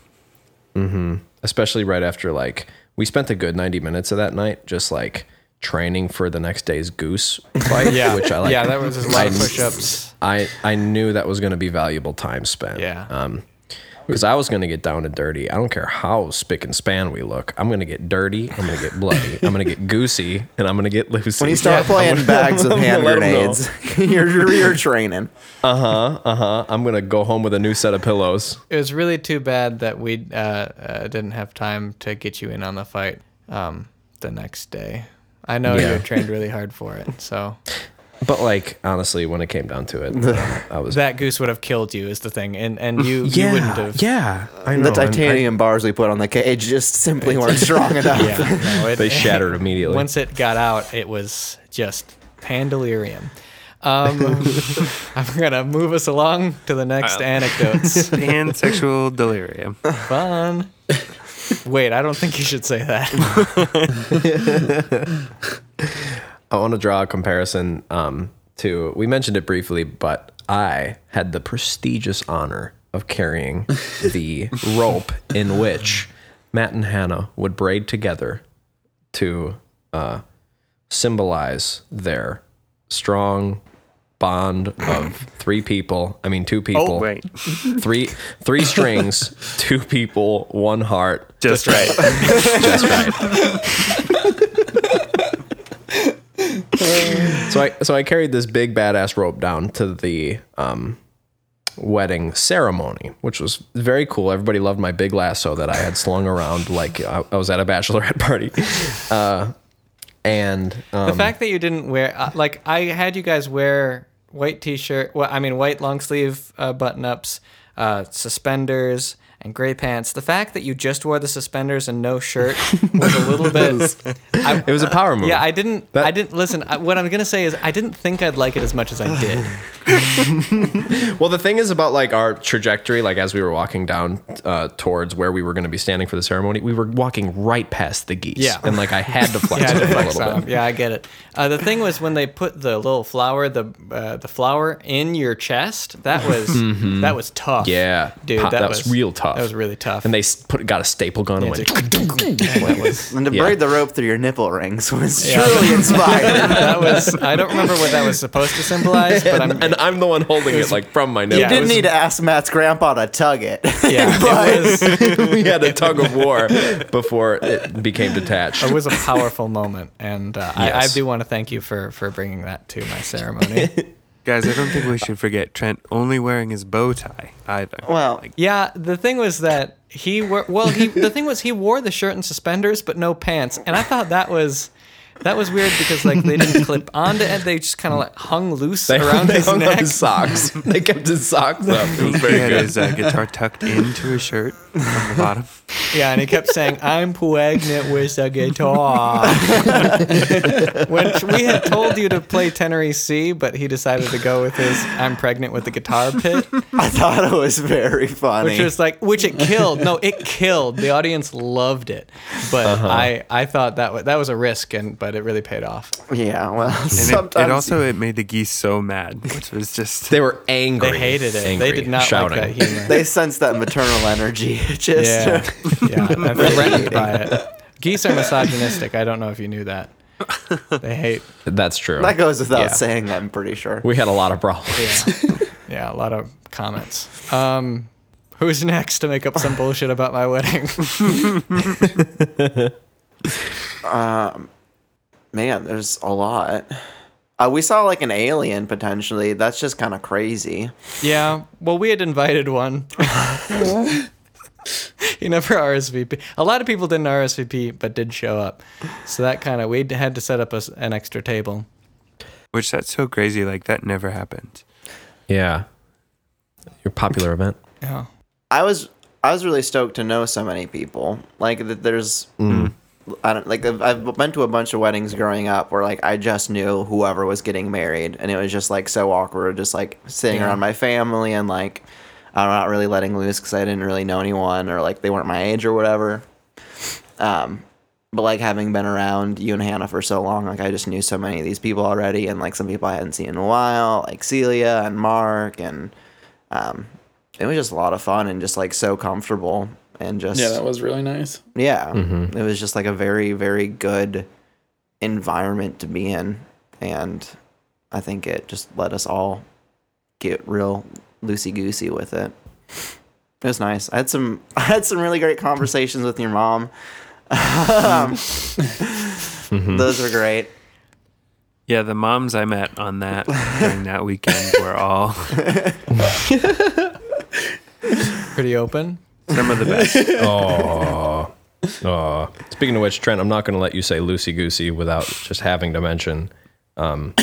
[SPEAKER 3] especially right after like we spent a good 90 minutes of that night just like training for the next day's goose fight
[SPEAKER 1] Yeah,
[SPEAKER 3] which i like
[SPEAKER 1] yeah, that was a lot of push-ups.
[SPEAKER 3] i i knew that was going to be valuable time spent
[SPEAKER 1] Yeah.
[SPEAKER 3] um because i was going to get down and dirty i don't care how spick and span we look i'm going to get dirty i'm going to get bloody i'm going to get goosey and i'm going to get loosey
[SPEAKER 2] When you start playing bags with hand
[SPEAKER 3] let 'em know.
[SPEAKER 2] grenades, you're, you're training.
[SPEAKER 3] uh-huh i'm going to go home with a new set of pillows
[SPEAKER 1] It was really too bad that we uh, uh, didn't have time to get you in on the fight um, the next day. I know
[SPEAKER 3] Yeah.
[SPEAKER 1] you trained really hard for it, so
[SPEAKER 3] but like honestly when it came down to it i was
[SPEAKER 1] that goose would have killed you. Is the thing, and and you you wouldn't
[SPEAKER 3] yeah
[SPEAKER 1] have.
[SPEAKER 3] yeah i know
[SPEAKER 2] The
[SPEAKER 3] I'm- I-
[SPEAKER 2] titanium bars we put on the cage just simply weren't strong enough.
[SPEAKER 1] Yeah, no, it-
[SPEAKER 3] they shattered immediately.
[SPEAKER 1] Once it got out, it was just pandelirium. Um, I'm gonna move us along to the next anecdotes.
[SPEAKER 4] And sexual delirium.
[SPEAKER 1] Fun. Wait, I don't think you should say that.
[SPEAKER 3] I want to draw a comparison um, to, we mentioned it briefly, but I had the prestigious honor of carrying the rope in which Matt and Hannah would braid together to uh, symbolize their strong bond of three people. I mean, two
[SPEAKER 4] Oh,
[SPEAKER 3] people.
[SPEAKER 4] wait.
[SPEAKER 3] Three, three strings, two people, one heart.
[SPEAKER 4] Just right.
[SPEAKER 3] So I, so I carried this big badass rope down to the um, wedding ceremony, which was very cool. Everybody loved my big lasso that I had slung around like I, I was at a bachelorette party. Uh, and
[SPEAKER 1] The
[SPEAKER 3] um,
[SPEAKER 1] fact that you didn't wear uh, like I had you guys wear white t-shirt, well, I mean white long sleeve uh, button ups, uh, suspenders, and gray pants. The fact that you just wore the suspenders and no shirt was a little bit. I,
[SPEAKER 3] it was a power move.
[SPEAKER 1] yeah, I didn't.
[SPEAKER 3] That-
[SPEAKER 1] I didn't listen. I, what I'm gonna say is I didn't think I'd like it as much as I did.
[SPEAKER 3] Well, the thing is about like our trajectory, like as we were walking down uh, towards where we were going to be standing for the ceremony, we were walking right past the geese.
[SPEAKER 1] Yeah.
[SPEAKER 3] And like I had to flex
[SPEAKER 1] Yeah, I
[SPEAKER 3] it
[SPEAKER 1] did
[SPEAKER 3] a
[SPEAKER 1] flex
[SPEAKER 3] little
[SPEAKER 1] on
[SPEAKER 3] bit.
[SPEAKER 1] him. Yeah, I get it. Uh, the thing was when they put the little flower, the uh, the flower in your chest. That was that was tough.
[SPEAKER 3] Mm-hmm. Yeah.
[SPEAKER 1] dude,
[SPEAKER 3] Pop-
[SPEAKER 1] that,
[SPEAKER 3] that was real tough.
[SPEAKER 1] That was really tough.
[SPEAKER 3] And they s- put got a staple gun and
[SPEAKER 1] It's
[SPEAKER 3] went.
[SPEAKER 1] like- that was
[SPEAKER 2] And to
[SPEAKER 3] Yeah.
[SPEAKER 2] braid the rope through your nipple rings was
[SPEAKER 1] Yeah.
[SPEAKER 2] truly inspired.
[SPEAKER 1] that was I don't remember what that was supposed to symbolize, but I'm
[SPEAKER 3] and, and I'm the one holding it like from my nose.
[SPEAKER 1] Yeah,
[SPEAKER 2] You didn't
[SPEAKER 1] was-
[SPEAKER 2] need to ask Matt's grandpa to tug it.
[SPEAKER 1] yeah, it was
[SPEAKER 3] we had a tug of war before it became detached.
[SPEAKER 1] it was a powerful moment, and uh, I, I
[SPEAKER 3] Yes.
[SPEAKER 1] do want to thank you for for bringing that to my ceremony.
[SPEAKER 4] Guys, I don't think we should forget Trent only wearing his bow tie either.
[SPEAKER 2] Well,
[SPEAKER 1] Yeah, the thing was that he wore, well, he the thing was he wore the shirt and suspenders but no pants, and I thought that was that was weird because like they didn't clip onto it, they just kind of like hung loose around
[SPEAKER 3] they
[SPEAKER 1] his
[SPEAKER 3] hung up
[SPEAKER 1] neck.
[SPEAKER 3] his socks. They kept his socks up. It was
[SPEAKER 4] he
[SPEAKER 3] very
[SPEAKER 4] had
[SPEAKER 3] good.
[SPEAKER 4] his uh, guitar tucked into his shirt on the bottom.
[SPEAKER 1] Yeah, and he kept saying, "I'm pregnant with a guitar," which we had told you to play tenor C, but he decided to go with his "I'm pregnant with the guitar pit."
[SPEAKER 2] I thought it was very funny.
[SPEAKER 1] which was like which it killed no it killed the audience loved it but
[SPEAKER 3] Uh-huh.
[SPEAKER 1] i i thought that was that was a risk and but it really paid off
[SPEAKER 2] yeah, well,
[SPEAKER 4] And it- it,
[SPEAKER 2] sometimes
[SPEAKER 4] also it made the geese so mad, which was just
[SPEAKER 3] They were angry.
[SPEAKER 1] they hated it
[SPEAKER 3] Angry,
[SPEAKER 1] they did not
[SPEAKER 3] shouting.
[SPEAKER 1] like that humor
[SPEAKER 2] they sense that maternal energy. Just
[SPEAKER 1] yeah yeah they're threatened by it geese are misogynistic i don't know if you knew that they hate
[SPEAKER 3] That's true.
[SPEAKER 2] that goes without
[SPEAKER 3] Yeah.
[SPEAKER 2] saying. I'm pretty sure.
[SPEAKER 3] We had a lot of problems.
[SPEAKER 1] yeah a lot of comments um who's next to make up some bullshit about my wedding
[SPEAKER 2] Man, there's a lot. Uh, we saw like an alien potentially. That's just kind of crazy.
[SPEAKER 1] Yeah, well, we had invited one. he never RSVP. A lot of people didn't RSVP, but did show up. So that kind of we had to set up a s an extra table.
[SPEAKER 4] which that's so crazy. Like that never happened.
[SPEAKER 3] Yeah. Your popular event.
[SPEAKER 1] Yeah,
[SPEAKER 2] I was I was really stoked to know so many people. Like that there's I don't like I've, I've been to a bunch of weddings growing up where like I just knew whoever was getting married and it was just like so awkward just like sitting around my family and like I'm not really letting loose cuz I didn't really know anyone or like they weren't my age or whatever. Um but like having been around you and Hannah for so long, like I just knew so many of these people already, and like some people I hadn't seen in a while, like Celia and Mark, and um, it was just a lot of fun and just like so comfortable and just
[SPEAKER 5] Yeah, that was really nice.
[SPEAKER 2] yeah,
[SPEAKER 3] Mm-hmm.
[SPEAKER 2] it was just like a very, very good environment to be in. And I think it just let us all get real loosey goosey with it. It was nice. I had some, I had some really great conversations with your mom. Um,
[SPEAKER 3] Mm-hmm.
[SPEAKER 2] Those were great.
[SPEAKER 4] Yeah, the moms I met on that during that weekend were all
[SPEAKER 1] pretty open.
[SPEAKER 4] some of the best.
[SPEAKER 3] Oh. Oh. Speaking of which, Trent, I'm not going to let you say loosey goosey without just having to mention, um,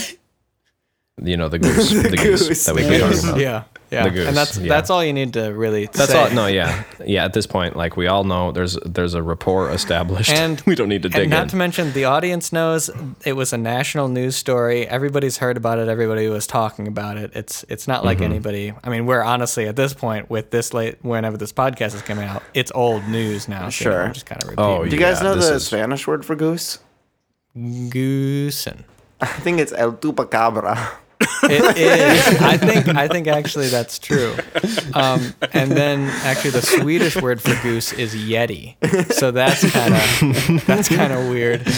[SPEAKER 3] you know, the goose, the, goose, that we keep talking about.
[SPEAKER 1] Yeah, yeah,
[SPEAKER 3] Oh. The goose,
[SPEAKER 1] and that's
[SPEAKER 3] yeah.
[SPEAKER 1] that's all you need to really.
[SPEAKER 3] That's
[SPEAKER 1] say.
[SPEAKER 3] all. No, yeah, yeah. At this point, like we all know, there's there's a rapport established,
[SPEAKER 1] And
[SPEAKER 3] we don't need to
[SPEAKER 1] and
[SPEAKER 3] dig
[SPEAKER 1] not
[SPEAKER 3] in.
[SPEAKER 1] to mention the audience knows it was a national news story. Everybody's heard about it. Everybody was talking about it. It's it's not
[SPEAKER 3] Mm-hmm.
[SPEAKER 1] like anybody. I mean, we're honestly at this point with this late whenever this podcast is coming out, it's old news now. So, you know,
[SPEAKER 2] Sure.
[SPEAKER 1] I'm just kind of
[SPEAKER 3] Oh,
[SPEAKER 1] repeating.
[SPEAKER 2] Do you guys
[SPEAKER 3] yeah,
[SPEAKER 2] know
[SPEAKER 3] this
[SPEAKER 2] the
[SPEAKER 3] is-
[SPEAKER 2] Spanish word for goose?
[SPEAKER 1] Goosen.
[SPEAKER 2] I think it's el tupacabra.
[SPEAKER 1] It is. I think. I think actually that's true. Um, and then actually the Swedish word for goose is yeti. So that's kind of that's kind of weird.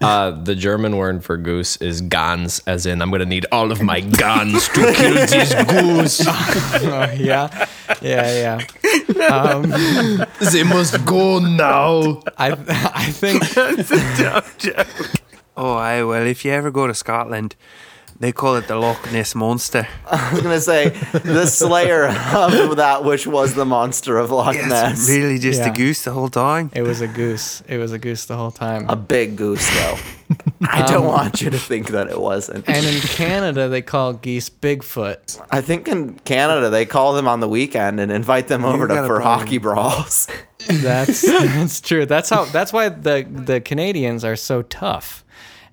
[SPEAKER 3] Uh, the German word for goose is Gans, as in I'm going to need all of my guns to kill this goose.
[SPEAKER 1] Oh, yeah, yeah, yeah. Um,
[SPEAKER 3] They must go now.
[SPEAKER 1] I I think
[SPEAKER 4] Oh, aye. Well, if you ever go to Scotland, they call it the Loch Ness Monster.
[SPEAKER 2] I was gonna say the slayer of that which was the monster of Loch
[SPEAKER 4] It's
[SPEAKER 2] Ness.
[SPEAKER 4] really just
[SPEAKER 1] Yeah.
[SPEAKER 4] a goose the whole time.
[SPEAKER 1] it was a goose. It was a goose the whole time.
[SPEAKER 2] A big goose, though. I don't want you to think that it wasn't.
[SPEAKER 1] And in Canada, they call geese Bigfoot.
[SPEAKER 2] I think in Canada they call them on the weekend and invite them over to
[SPEAKER 4] got a
[SPEAKER 2] for
[SPEAKER 4] problem.
[SPEAKER 2] hockey brawls.
[SPEAKER 1] That's that's true. That's how. That's why the the Canadians are so tough.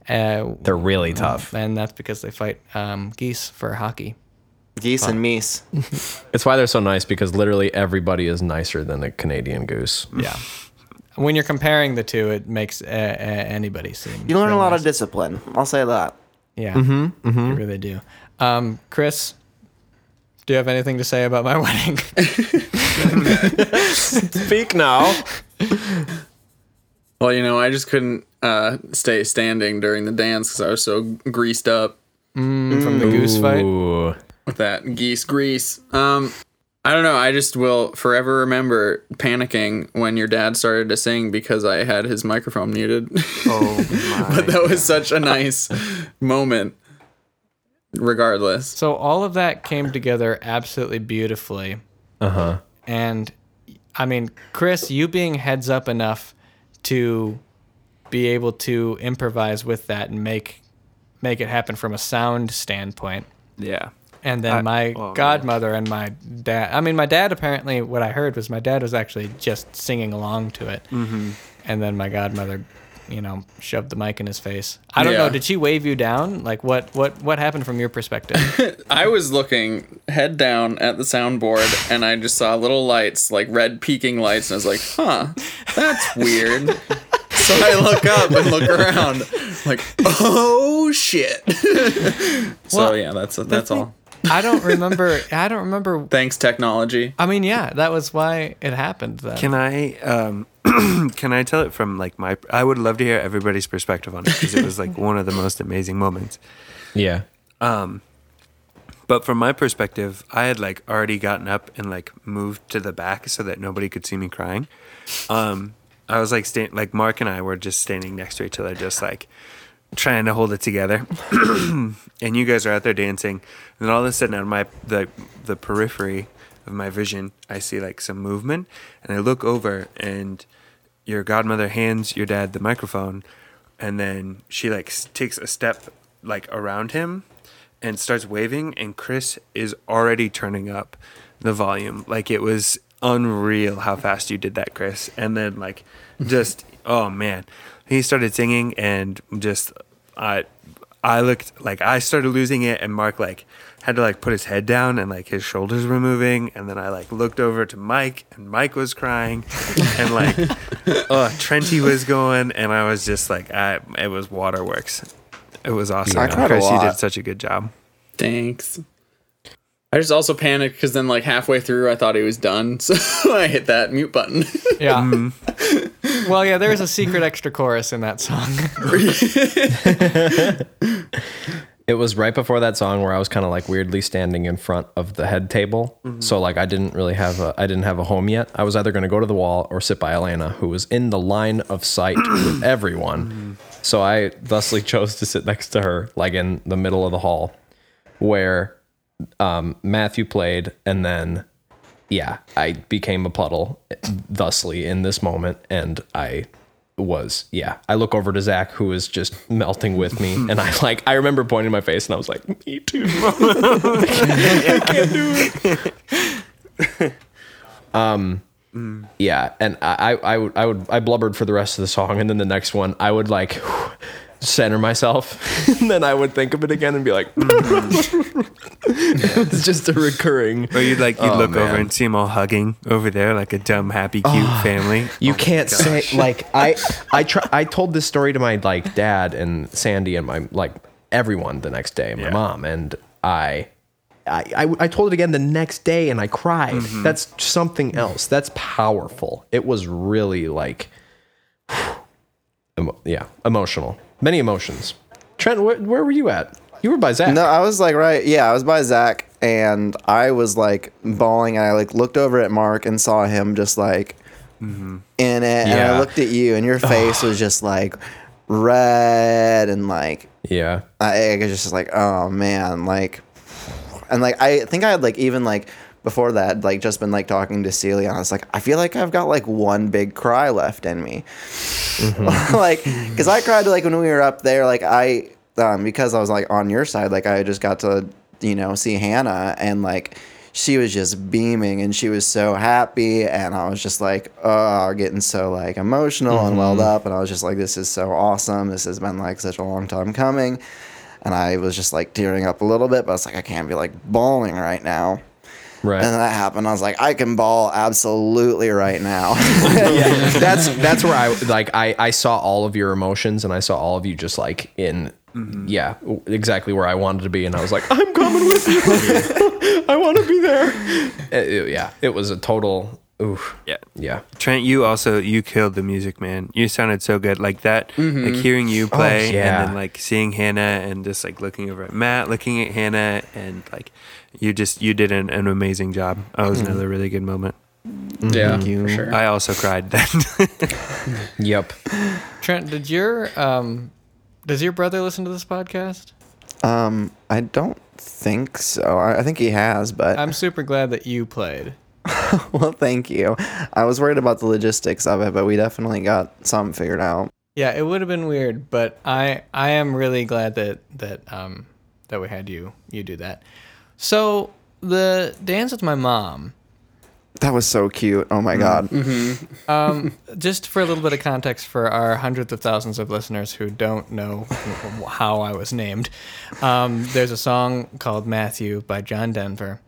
[SPEAKER 1] Uh,
[SPEAKER 3] They're really tough.
[SPEAKER 1] and that's because they fight um, geese for hockey.
[SPEAKER 2] Geese and meese.
[SPEAKER 3] It's why they're so nice because literally everybody is nicer than a Canadian goose.
[SPEAKER 1] Yeah. When you're comparing the two, it makes uh, uh, anybody seem.
[SPEAKER 2] You learn
[SPEAKER 1] really
[SPEAKER 2] a lot of Mm-hmm,
[SPEAKER 1] nice.
[SPEAKER 2] discipline. I'll say that.
[SPEAKER 1] Yeah, you really do. Um, Chris, do you have anything to say about my wedding?
[SPEAKER 3] Speak now.
[SPEAKER 5] Well, you know, I just couldn't uh, stay standing during the dance because I was so greased up
[SPEAKER 1] From the goose fight.
[SPEAKER 3] Ooh.
[SPEAKER 5] with that geese grease. Um, I don't know. I just will forever remember panicking when your dad started to sing because I had his microphone muted.
[SPEAKER 4] Oh my!
[SPEAKER 5] but that was such a nice moment, regardless.
[SPEAKER 1] So all of that came together absolutely beautifully. Uh huh. And I mean, Chris, you being heads up enough to be able to improvise with that and make make it happen from a sound standpoint.
[SPEAKER 4] yeah.
[SPEAKER 1] And then
[SPEAKER 4] I-
[SPEAKER 1] my
[SPEAKER 4] oh, man.
[SPEAKER 1] godmother and my dad. I mean, my dad apparently, what I heard was my dad was actually just singing along to it. Mm-hmm. And then my godmother, you know, shoved the mic in his face. I don't know.
[SPEAKER 5] Yeah.
[SPEAKER 1] Did she wave you down? Like, what, what, what happened from your perspective?
[SPEAKER 5] I was looking head down at the soundboard and I just saw little lights, like red peaking lights, and I was like, huh, that's weird. So I look up and look around, like, oh shit. so
[SPEAKER 1] Well,
[SPEAKER 5] yeah, that's that's all.
[SPEAKER 1] I don't remember. I don't remember.
[SPEAKER 5] Thanks, technology.
[SPEAKER 1] I mean, yeah, that was why it happened. Then.
[SPEAKER 4] Can I um, can I tell it from like my? I would love to hear everybody's perspective on it because it was like one of the most amazing moments.
[SPEAKER 3] Yeah.
[SPEAKER 4] But from my perspective, I had like already gotten up and like moved to the back so that nobody could see me crying. Um, I was like stand like Mark and I were just standing next to each other, just like trying to hold it together. and you guys are out there dancing, and then all of a sudden, on my the the periphery of my vision, I see like some movement, and I look over, and your godmother hands your dad the microphone, and then she like s- takes a step like around him and starts waving and Chris is already turning up the volume. Like it was unreal how fast you did that, Chris. And then like just oh man. He started singing and just I I looked like I started losing it and Mark like had to like put his head down and like his shoulders were moving and then I like looked over to Mike and Mike was crying and like oh Trenty was going and I was just like I it was waterworks. It was awesome.
[SPEAKER 2] I cried a
[SPEAKER 4] Chris, you did
[SPEAKER 2] lot.
[SPEAKER 4] such a good job.
[SPEAKER 5] Thanks. I just also panicked because then, like halfway through, I thought he was done, so I hit that mute button.
[SPEAKER 1] yeah.
[SPEAKER 4] mm-hmm.
[SPEAKER 1] Well, yeah, there's a secret extra chorus in that song.
[SPEAKER 3] It was right before that song where I was kind of like weirdly standing in front of the head table. So like I didn't really have a I didn't have a home yet. I was either going to go to the wall or sit by Elena, who was in the line of sight with everyone. So I thusly chose to sit next to her, like in the middle of the hall, where um, Matthew played, and then yeah, I became a puddle, eh, thusly in this moment, and I was yeah. I look over to Zach, who is just melting with me, and I like I remember pointing my face, and I was like, "Me too." Um, yeah and I, I i would i would i blubbered for the rest of the song and then the next one i would like center myself and then i would think of it again and be like it's just a recurring
[SPEAKER 4] Or you'd like you'd
[SPEAKER 3] Oh,
[SPEAKER 4] look over
[SPEAKER 3] man.
[SPEAKER 4] and see them all hugging over there like a dumb, happy, cute family.
[SPEAKER 3] you can't say like i i try i told this story to my like dad and sandy and my like everyone the next day and my
[SPEAKER 4] Yeah.
[SPEAKER 3] mom and i I, I, I told it again the next day and I cried. That's something else. That's powerful. It was really like Emo- yeah, emotional. Many emotions. Trent, where, where were you at? You were by Zach.
[SPEAKER 2] No, I was like, right, yeah, I was by Zach, and I was like bawling, and I like looked over at Mark and saw him just like in it, and
[SPEAKER 3] Yeah.
[SPEAKER 2] I looked at you, and your face was just like red, and like
[SPEAKER 3] Yeah.
[SPEAKER 2] I, I was just like, oh man, like, and like I think I had like even like before that like just been like talking to Celia, and I was like, I feel like I've got like one big cry left in me, like because I cried like when we were up there, like I um because I was like on your side, like I just got to you know see Hannah and like. She was just beaming and she was so happy and I was just like, oh, getting so like emotional and welled up and I was just like, this is so awesome. This has been like such a long time coming and I was just like tearing up a little bit, but I was like, I can't be like bawling right now.
[SPEAKER 3] Right.
[SPEAKER 2] And then that happened. I was like, I can ball absolutely right now.
[SPEAKER 3] that's that's where I like I I saw all of your emotions and I saw all of you just like in
[SPEAKER 1] Mm-hmm.
[SPEAKER 3] yeah w- exactly where I wanted to be and I was like I'm coming with you I want to be there It- it- yeah it was a total oof
[SPEAKER 4] Yeah.
[SPEAKER 3] yeah
[SPEAKER 4] Trent, you also you killed the music, man. You sounded so good, like that. Like hearing you play,
[SPEAKER 3] yeah.
[SPEAKER 4] and then like seeing Hannah, and just like looking over at Matt, looking at Hannah, and like you just you did an, an amazing job. That was another really good moment.
[SPEAKER 5] Yeah,
[SPEAKER 3] Mm-hmm.
[SPEAKER 5] for sure.
[SPEAKER 4] I also cried then.
[SPEAKER 3] Uh, yep
[SPEAKER 1] Trent, did your um, does your brother listen to this podcast?
[SPEAKER 2] um, I don't think so. I, I think he has, but
[SPEAKER 1] I'm super glad that you played.
[SPEAKER 2] well, thank you. I was worried about the logistics of it, but we definitely got some figured out.
[SPEAKER 1] Yeah, it would have been weird, but I I am really glad that that um that we had you you do that. So the dance with my mom.
[SPEAKER 2] That was so cute. Oh
[SPEAKER 1] Mm-hmm.
[SPEAKER 2] my god.
[SPEAKER 1] Um, just for a little bit of context for our hundreds of thousands of listeners who don't know how I was named, um, there's a song called Matthew by John Denver,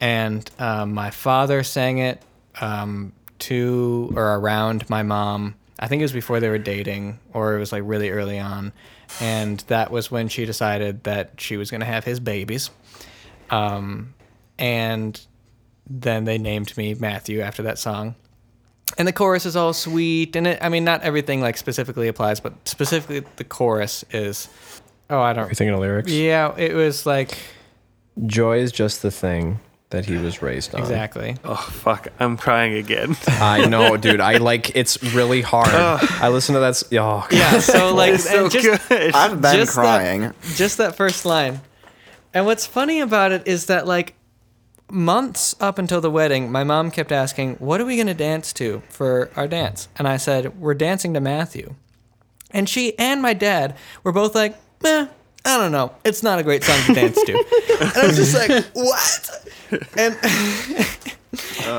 [SPEAKER 1] and um, my father sang it um, to or around my mom. I think it was before they were dating, or it was like really early on, and that was when she decided that she was going to have his babies, um, and then they named me Matthew after that song and the chorus is all sweet and it, i mean not everything like specifically applies but specifically the chorus is oh i don't
[SPEAKER 3] thinking of lyrics
[SPEAKER 1] yeah it was like
[SPEAKER 3] joy is just the thing that he was raised on
[SPEAKER 1] exactly
[SPEAKER 4] oh fuck, I'm crying again.
[SPEAKER 3] I know dude I like it's really hard I listen to that s- oh God.
[SPEAKER 1] yeah so like and
[SPEAKER 4] so
[SPEAKER 1] just,
[SPEAKER 4] good.
[SPEAKER 2] I've been
[SPEAKER 1] just that-
[SPEAKER 2] crying.
[SPEAKER 1] just that first line and what's funny about it is that like months up until the wedding my mom kept asking what are we going to dance to for our dance and i said we're dancing to matthew And she and my dad were both like, eh, I don't know. It's not a great song to dance to. and I was just like, what? And,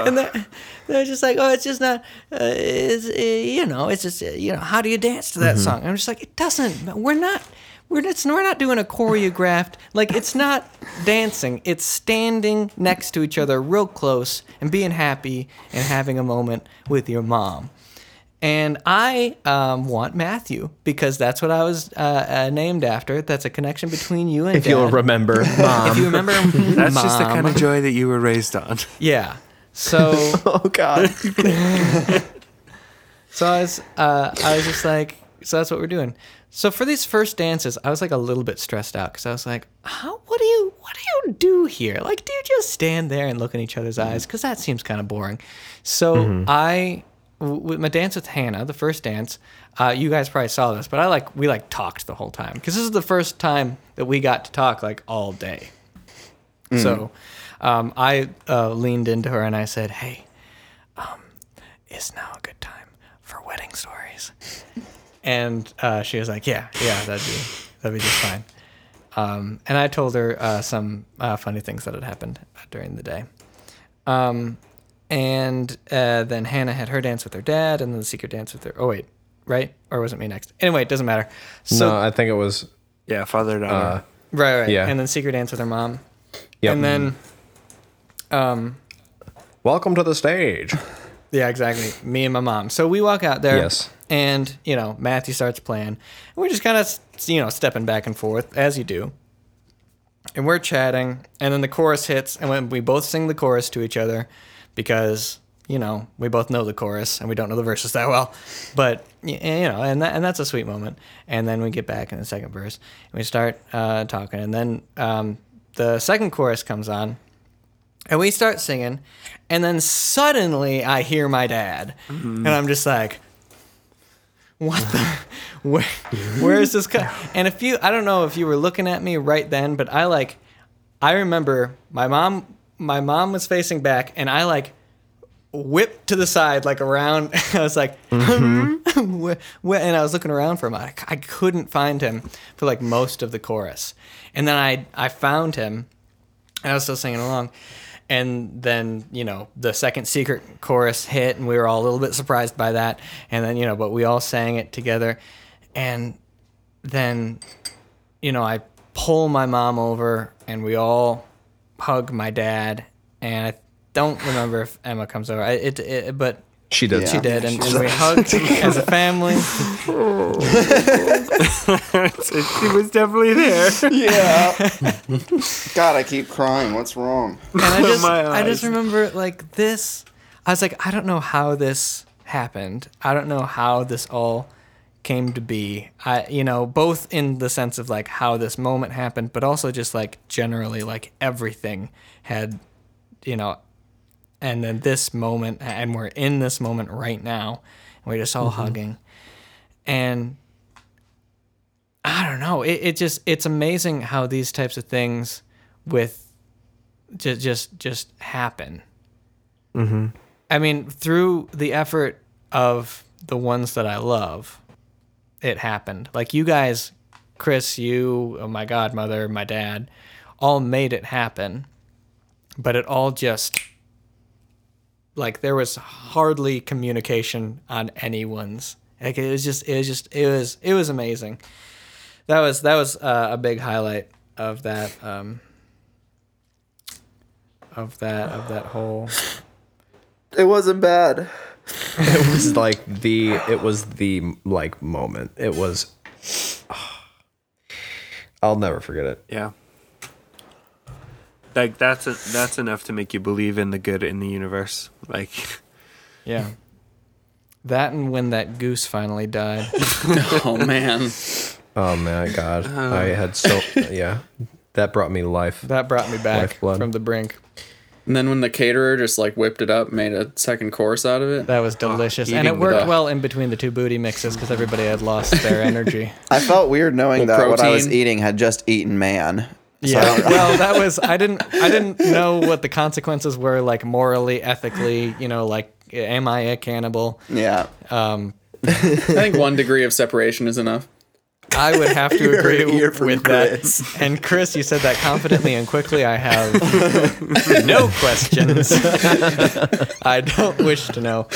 [SPEAKER 1] and they're, they're just like, oh, it's just not, uh, it's, uh, you know, it's just, uh, you know, how do you dance to that
[SPEAKER 4] Mm-hmm.
[SPEAKER 1] song? And I'm just like, it doesn't, we're not. We're, it's, we're not doing a choreographed like it's not dancing it's standing next to each other real close and being happy and having a moment with your mom and I um, want Matthew because that's what I was uh, uh, named after. That's a connection between you and
[SPEAKER 3] if you'll
[SPEAKER 1] Dad.
[SPEAKER 3] remember
[SPEAKER 1] If you remember,
[SPEAKER 4] That's just the kind of joy that you were raised on.
[SPEAKER 1] yeah. So
[SPEAKER 2] Oh god.
[SPEAKER 1] So I was, uh, I was just like, so that's what we're doing. So for these first dances, I was like a little bit stressed out because I was like, how? What do you, what do you do here? Like, do you just stand there and look in each other's eyes? Because that seems kind of boring. So I, w- with my dance with Hannah, the first dance, uh, you guys probably saw this, but I like, we like talked the whole time because this is the first time that we got to talk like all day. So
[SPEAKER 3] Mm.
[SPEAKER 1] um, I uh, leaned into her and I said, hey, um, is now a good time for wedding stories. and uh, she was like, yeah, yeah, that'd be that'd be just fine. Um, and I told her uh, some uh, funny things that had happened uh, during the day. Um, and uh, then Hannah had her dance with her dad, and then the secret dance with her. Oh wait, right? Or was it me next? Anyway, it doesn't matter. So
[SPEAKER 3] no I think it was
[SPEAKER 4] Yeah, father daughter.
[SPEAKER 1] right, right.
[SPEAKER 3] yeah.
[SPEAKER 1] And then secret dance with her mom.
[SPEAKER 3] Yep.
[SPEAKER 1] And
[SPEAKER 3] Mm-hmm.
[SPEAKER 1] then, um,
[SPEAKER 3] welcome to the stage
[SPEAKER 1] Yeah, exactly. Me and my mom. So we walk out there.
[SPEAKER 3] Yes.
[SPEAKER 1] And, you know, Matthew starts playing. And we're just kind of, you know, stepping back and forth as you do. And we're chatting. And then the chorus hits. And when we both sing the chorus to each other because you know, we both know the chorus and we don't know the verses that well, but y- you know, and that, and that's a sweet moment. And then we get back in the second verse and we start uh, talking, and then um, the second chorus comes on, and we start singing, and then suddenly I hear my dad, and I'm just like, what the where, where is this co- and if you i don't know if you were looking at me right then but i like i remember my mom my mom was facing back and i like whipped to the side like around i was like wh- wh- and i was looking around for him I, I couldn't find him for like most of the chorus and then i i found him and I was still singing along. And then, you know, the second secret chorus hit, and we were all a little bit surprised by that. And then, you know, but we all sang it together. And then, you know, I pull my mom over, and we all hug my dad. And I don't remember if Emma comes over. I, it, it, but
[SPEAKER 3] She did.
[SPEAKER 1] she did, and, and we hugged as a family.
[SPEAKER 4] She was definitely there.
[SPEAKER 2] Yeah. God, I keep crying. What's wrong?
[SPEAKER 1] and I just,
[SPEAKER 4] My
[SPEAKER 1] I just
[SPEAKER 4] eyes.
[SPEAKER 1] remember like this. I was like, I don't know how this happened. I don't know how this all came to be. I, you know, both in the sense of like how this moment happened, but also just like generally, like everything had, you know, and then this moment, and we're in this moment right now, and we're just all hugging, and I don't know. It, it just it's amazing how these types of things with just just just happen. Mm-hmm. I mean, through the effort of the ones that I love, it happened. Like you guys, Chris, you, oh my godmother, my dad, all made it happen. But it all just like there was hardly communication on anyone's. Like it was just it was just it was it was amazing. That was that was uh, a big highlight of that um of that of that whole
[SPEAKER 2] It wasn't bad.
[SPEAKER 3] It was like the it was the like moment. It was I'll never forget it.
[SPEAKER 4] Yeah. Like that's a, that's enough to make you believe in the good in the universe. Like
[SPEAKER 1] yeah. That and when that goose finally died.
[SPEAKER 5] Oh man.
[SPEAKER 3] Oh my god. I had so yeah. That brought me life.
[SPEAKER 1] That brought me back
[SPEAKER 3] Lifeblood.
[SPEAKER 1] from the brink.
[SPEAKER 5] And then when the caterer just like whipped it up, made a second course out of it.
[SPEAKER 1] That was delicious. and it
[SPEAKER 4] eating
[SPEAKER 1] worked
[SPEAKER 5] the-
[SPEAKER 1] well in between the two booty mixes because everybody had lost their energy.
[SPEAKER 2] I felt weird knowing that
[SPEAKER 5] Little
[SPEAKER 2] what I was
[SPEAKER 5] protein.
[SPEAKER 2] eating had just eaten man. So I
[SPEAKER 1] Yeah.
[SPEAKER 2] don't-
[SPEAKER 1] well, that was I didn't I didn't know what the consequences were like morally, ethically, you know, like am I a cannibal?
[SPEAKER 2] yeah.
[SPEAKER 1] Um
[SPEAKER 5] I think one degree of separation is enough.
[SPEAKER 1] I would have to
[SPEAKER 2] heard
[SPEAKER 1] agree
[SPEAKER 2] it here from
[SPEAKER 1] with
[SPEAKER 2] Chris.
[SPEAKER 1] that. And Chris, you said that confidently and quickly. I have no questions. I don't wish to know.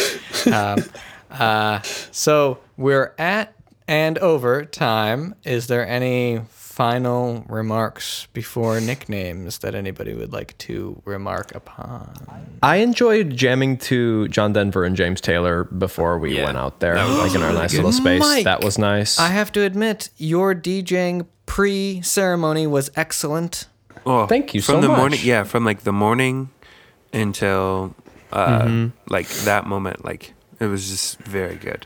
[SPEAKER 1] Um, uh, so we're at and over time. Is there any final remarks before nicknames that anybody would like to remark upon?
[SPEAKER 3] I enjoyed jamming to John Denver and James Taylor before we went out there. Like in our nice little space.
[SPEAKER 1] Mike,
[SPEAKER 3] that was nice.
[SPEAKER 1] I have to admit, your DJing pre ceremony was excellent.
[SPEAKER 4] oh,
[SPEAKER 3] Thank you
[SPEAKER 4] from
[SPEAKER 3] so
[SPEAKER 4] the
[SPEAKER 3] much.
[SPEAKER 4] morning. Yeah, from like the morning until uh,
[SPEAKER 3] Mm-hmm.
[SPEAKER 4] like that moment. Like it was just very good.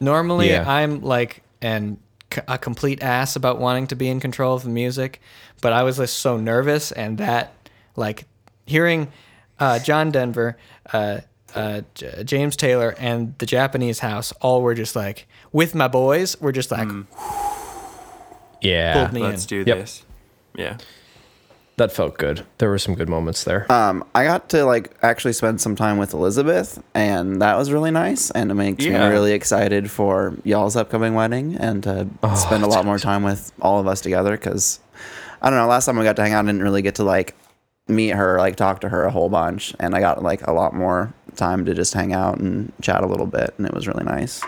[SPEAKER 1] Normally,
[SPEAKER 3] Yeah.
[SPEAKER 1] I'm like an c- a complete ass about wanting to be in control of the music, but I was just so nervous, and that like hearing uh, John Denver, uh, uh, J- James Taylor, and the Japanese House all were just like with my boys. We're just like
[SPEAKER 3] yeah. Ah,
[SPEAKER 1] pulled me
[SPEAKER 4] Let's
[SPEAKER 1] in.
[SPEAKER 4] do
[SPEAKER 3] Yep.
[SPEAKER 4] this. Yeah.
[SPEAKER 3] That felt good. There were some good moments there.
[SPEAKER 2] Um, I got to like actually spend some time with Elizabeth, and that was really nice. And it makes
[SPEAKER 4] Yeah.
[SPEAKER 2] me really excited for y'all's upcoming wedding and to spend a lot more time with all of us together. Because I don't know, last time we got to hang out, I didn't really get to like meet her, like talk to her a whole bunch, and I got like a lot more time to just hang out and chat a little bit, and it was really nice.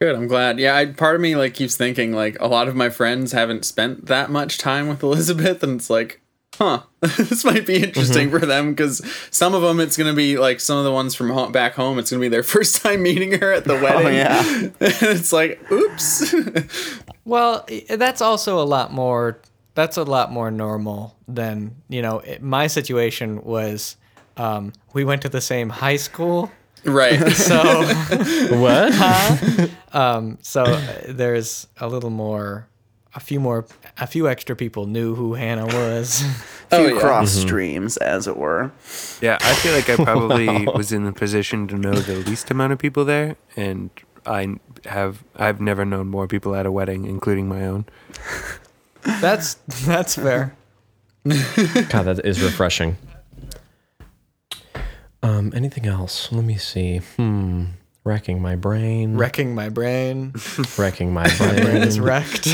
[SPEAKER 5] Good, I'm glad. Yeah, I, part of me like keeps thinking like a lot of my friends haven't spent that much time with Elizabeth, and it's like, huh, this might be interesting
[SPEAKER 3] Mm-hmm.
[SPEAKER 5] for them because some of them it's gonna be like some of the ones from ho- back home. It's gonna be their first time meeting her at the
[SPEAKER 3] Oh,
[SPEAKER 5] wedding.
[SPEAKER 2] yeah.
[SPEAKER 5] and it's like, oops.
[SPEAKER 1] Well, i- that's also a lot more. That's a lot more normal than you know. It, my situation was. Um, we went to the same high school.
[SPEAKER 5] Right.
[SPEAKER 1] So.
[SPEAKER 3] What?
[SPEAKER 1] so uh, there's a little more a few more a few extra people knew who hannah was
[SPEAKER 5] oh,
[SPEAKER 2] Few
[SPEAKER 5] yeah.
[SPEAKER 2] cross streams, as it were.
[SPEAKER 4] Yeah, I feel like I probably was in the position to know the least amount of people there, and I have I've never known more people at a wedding, including my own.
[SPEAKER 1] that's that's fair
[SPEAKER 3] God, that is refreshing. Um, anything else? Let me see. Hmm. Wrecking my brain.
[SPEAKER 1] wrecking my brain
[SPEAKER 3] Wrecking my
[SPEAKER 1] brain is
[SPEAKER 3] brain.
[SPEAKER 1] wrecked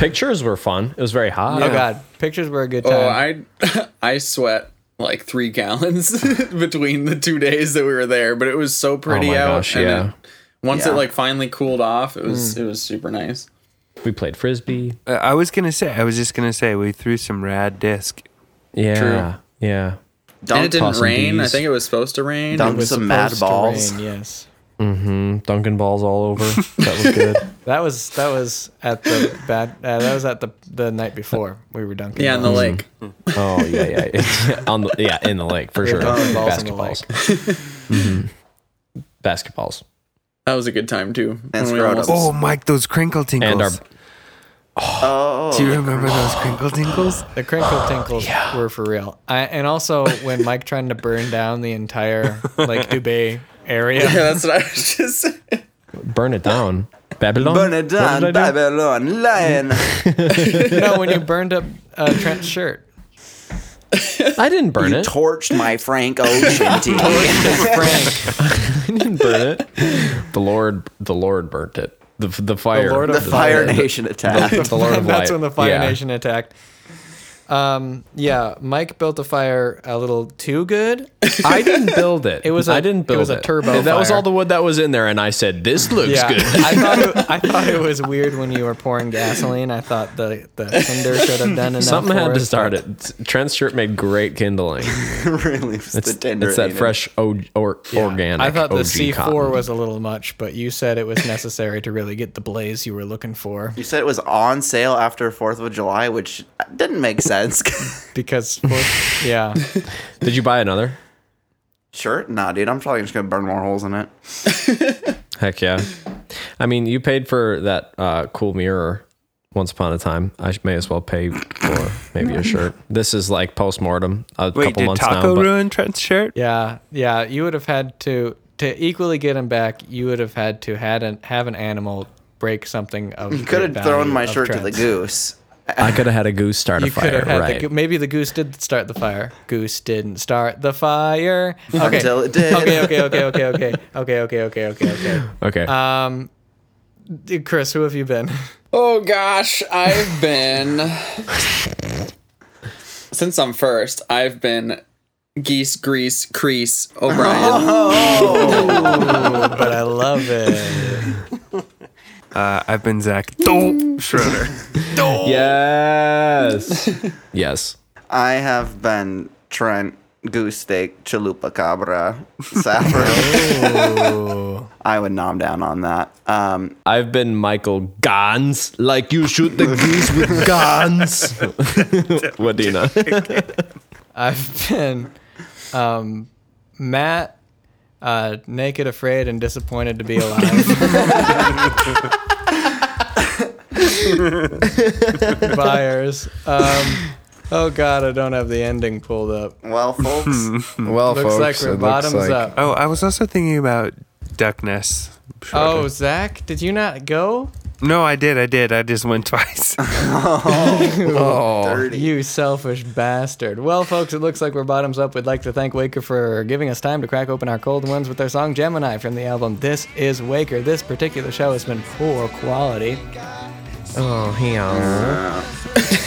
[SPEAKER 3] Pictures were fun. It was very hot.
[SPEAKER 1] oh god pictures were a good time
[SPEAKER 5] Oh, I I sweat like three gallons between the two days that we were there, but it was so pretty
[SPEAKER 3] Oh my
[SPEAKER 5] out.
[SPEAKER 3] gosh,
[SPEAKER 5] and
[SPEAKER 3] yeah. Mm.
[SPEAKER 5] it- once
[SPEAKER 2] Yeah.
[SPEAKER 5] it like finally cooled off, it was it was super nice.
[SPEAKER 3] We played frisbee.
[SPEAKER 4] Uh, I was gonna say, I was just gonna say, we threw some rad disc.
[SPEAKER 3] Yeah. Yeah.
[SPEAKER 5] and it
[SPEAKER 2] Dunk,
[SPEAKER 5] didn't
[SPEAKER 3] tossing
[SPEAKER 5] rain. I
[SPEAKER 3] bees.
[SPEAKER 5] think it was supposed to rain.
[SPEAKER 1] It
[SPEAKER 2] dunk
[SPEAKER 1] was
[SPEAKER 2] some mad
[SPEAKER 1] supposed to
[SPEAKER 2] balls.
[SPEAKER 1] rain, yes
[SPEAKER 3] Mm-hmm. Dunking balls all over. That was good.
[SPEAKER 1] that was that was at the bad uh, that was at the the night before we were dunking
[SPEAKER 5] Yeah, in the
[SPEAKER 3] Mm.
[SPEAKER 1] balls.
[SPEAKER 5] lake.
[SPEAKER 3] Oh yeah, yeah. It's on the yeah in the lake for sure.
[SPEAKER 1] throwing balls in the
[SPEAKER 3] Basketballs. Mhm. Basketballs
[SPEAKER 5] That was a good time too.
[SPEAKER 2] And
[SPEAKER 5] when we
[SPEAKER 2] scrotum.
[SPEAKER 5] almost-
[SPEAKER 4] Oh, Mike, those crinkle tinkles.
[SPEAKER 3] and our
[SPEAKER 2] Oh,
[SPEAKER 4] Do you remember those crinkle tinkles?
[SPEAKER 1] the crinkle
[SPEAKER 5] Oh,
[SPEAKER 1] tinkles were for real I, and also when mike trying to burn down the entire like dubai area
[SPEAKER 5] yeah, that's what I was just saying.
[SPEAKER 3] burn it down. Babylon.
[SPEAKER 2] burn it
[SPEAKER 3] What
[SPEAKER 2] down,
[SPEAKER 3] did I do?
[SPEAKER 2] Babylon, lion.
[SPEAKER 1] no, when you burned up uh, Trent's shirt.
[SPEAKER 3] I didn't burn
[SPEAKER 2] you
[SPEAKER 3] it.
[SPEAKER 2] torched my Frank Ocean tea.
[SPEAKER 1] Frank,
[SPEAKER 3] didn't burn it. The Lord, the Lord burnt it. The the fire.
[SPEAKER 1] Lord of
[SPEAKER 2] the Fire
[SPEAKER 3] the-
[SPEAKER 2] Nation attack.
[SPEAKER 3] The Lord of
[SPEAKER 1] that's
[SPEAKER 3] Light.
[SPEAKER 1] when the Fire
[SPEAKER 3] Yeah.
[SPEAKER 1] Nation attacked. Um, yeah, Mike built a fire a little too good.
[SPEAKER 3] I didn't build it. It
[SPEAKER 1] was a-
[SPEAKER 3] I didn't
[SPEAKER 1] it
[SPEAKER 3] build
[SPEAKER 1] was a turbo
[SPEAKER 3] That was
[SPEAKER 1] fire.
[SPEAKER 3] all the wood that was in there, and I said, "This looks
[SPEAKER 1] Yeah,
[SPEAKER 3] good."
[SPEAKER 1] I thought it, I thought it was weird when you were pouring gasoline. I thought the the tinder should have done enough.
[SPEAKER 3] Something
[SPEAKER 1] for
[SPEAKER 3] had to
[SPEAKER 1] us.
[SPEAKER 3] start it. Trent's shirt made great kindling.
[SPEAKER 2] really, it's, the tender.
[SPEAKER 3] it's that
[SPEAKER 2] eating.
[SPEAKER 3] fresh o- or organic.
[SPEAKER 1] I thought the
[SPEAKER 3] OG
[SPEAKER 1] C4
[SPEAKER 3] cotton.
[SPEAKER 1] was a little much, but you said it was necessary to really get the blaze you were looking for
[SPEAKER 2] You said it was on sale after Fourth of July, which didn't make sense.
[SPEAKER 1] because, yeah,
[SPEAKER 3] Did you buy another?
[SPEAKER 2] sure, nah, dude. I'm probably just gonna burn more holes in it.
[SPEAKER 3] Heck yeah. I mean, you paid for that uh, cool mirror once upon a time. I may as well pay for maybe a shirt. This is like post mortem. A
[SPEAKER 4] Wait,
[SPEAKER 3] couple
[SPEAKER 4] did
[SPEAKER 3] months
[SPEAKER 4] Taco
[SPEAKER 3] now. but-
[SPEAKER 4] ruin Trent's shirt?
[SPEAKER 1] Yeah, yeah. You would have had to to equally get him back. You would have had to had an have an animal break something of.
[SPEAKER 2] You could have thrown my shirt to the goose.
[SPEAKER 3] I could have had a goose start a
[SPEAKER 1] You could
[SPEAKER 3] fire,
[SPEAKER 1] have had
[SPEAKER 3] right?
[SPEAKER 1] the, go- maybe the goose did start the fire. Goose didn't start the fire. Okay.
[SPEAKER 2] Until it did.
[SPEAKER 1] Okay, okay, okay, okay, okay, okay, okay, okay, okay, okay.
[SPEAKER 3] okay.
[SPEAKER 1] Um, d- Chris, who have you been?
[SPEAKER 5] Oh gosh, I've been since I'm first. I've been geese, grease, crease, O'Brien.
[SPEAKER 1] But I love it.
[SPEAKER 4] Uh, I've been Zach Dope Schroeder.
[SPEAKER 3] yes. yes.
[SPEAKER 2] I have been Trent Goose Steak Chalupa Cabra Sapper. I would nom down on that. Um,
[SPEAKER 3] I've been Michael Gans, like you shoot the goose with guns. what do you know?
[SPEAKER 1] I've been um, Matt, uh, naked, afraid, and disappointed to be alive. Buyers. Um, oh God, I don't have the ending pulled up.
[SPEAKER 2] well, folks,
[SPEAKER 3] Well,
[SPEAKER 1] Looks like we're bottoms up.
[SPEAKER 4] Oh, I was also thinking about Duckness.
[SPEAKER 1] Oh,
[SPEAKER 4] Schroeder.
[SPEAKER 1] Zach, did you not go?
[SPEAKER 4] no, I did, I did. I just went twice.
[SPEAKER 1] You selfish bastard. Well, folks, it looks like we're bottoms up. We'd like to thank Waker for giving us time to crack open our cold ones with their song Gemini from the album This Is Waker. This particular show has been poor quality.
[SPEAKER 3] Oh,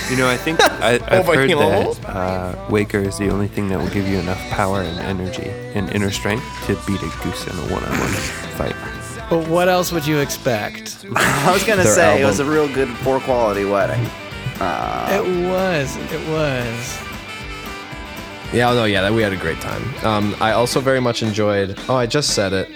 [SPEAKER 4] You know, I think I, I've heard
[SPEAKER 3] Overkill.
[SPEAKER 4] that uh, Waker is the only thing that will give you enough power and energy and inner strength to beat a goose in a one-on-one fight.
[SPEAKER 1] But what else would you expect?
[SPEAKER 2] I was gonna
[SPEAKER 3] Their
[SPEAKER 2] say it
[SPEAKER 3] album.
[SPEAKER 2] was a real good, poor quality wedding.
[SPEAKER 1] It was. It was.
[SPEAKER 3] Yeah, no, yeah, that we had a great time. Um, I also very much enjoyed. Oh, I just said it.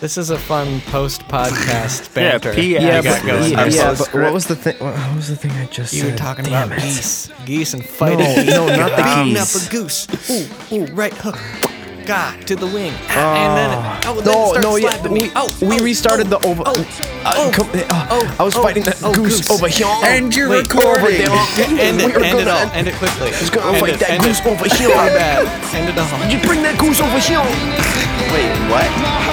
[SPEAKER 1] This is a fun post podcast banter.
[SPEAKER 4] P.S.
[SPEAKER 1] we
[SPEAKER 4] Yeah,
[SPEAKER 1] got
[SPEAKER 4] but-
[SPEAKER 1] going.
[SPEAKER 2] yeah, yeah, but
[SPEAKER 3] what was the thing? What was the thing I just
[SPEAKER 1] You were talking about geese, geese, and fighting.
[SPEAKER 3] no, not the
[SPEAKER 1] Beating
[SPEAKER 3] geese.
[SPEAKER 1] up a goose. Ooh, ooh, right hook. gah, to the wing. and then, oh, then it
[SPEAKER 3] No,
[SPEAKER 1] started
[SPEAKER 3] no, yeah.
[SPEAKER 1] slapping
[SPEAKER 3] We,
[SPEAKER 1] me. Oh,
[SPEAKER 3] we
[SPEAKER 1] oh,
[SPEAKER 3] restarted
[SPEAKER 1] oh,
[SPEAKER 3] the over.
[SPEAKER 1] Oh,
[SPEAKER 3] uh,
[SPEAKER 1] oh,
[SPEAKER 3] com- uh,
[SPEAKER 1] oh,
[SPEAKER 3] I was
[SPEAKER 1] oh,
[SPEAKER 3] fighting that
[SPEAKER 1] oh,
[SPEAKER 3] goose, over here.
[SPEAKER 5] And you're
[SPEAKER 1] Wait,
[SPEAKER 5] recording.
[SPEAKER 1] End
[SPEAKER 3] We
[SPEAKER 1] it,
[SPEAKER 3] were
[SPEAKER 1] end it
[SPEAKER 3] gonna-
[SPEAKER 1] all, end it quickly. Just
[SPEAKER 3] gonna
[SPEAKER 1] end
[SPEAKER 3] fight
[SPEAKER 1] it,
[SPEAKER 3] that
[SPEAKER 1] end
[SPEAKER 3] goose
[SPEAKER 1] it.
[SPEAKER 3] over here.
[SPEAKER 1] My bad. End it all.
[SPEAKER 3] You bring that goose over here.
[SPEAKER 2] Wait, what?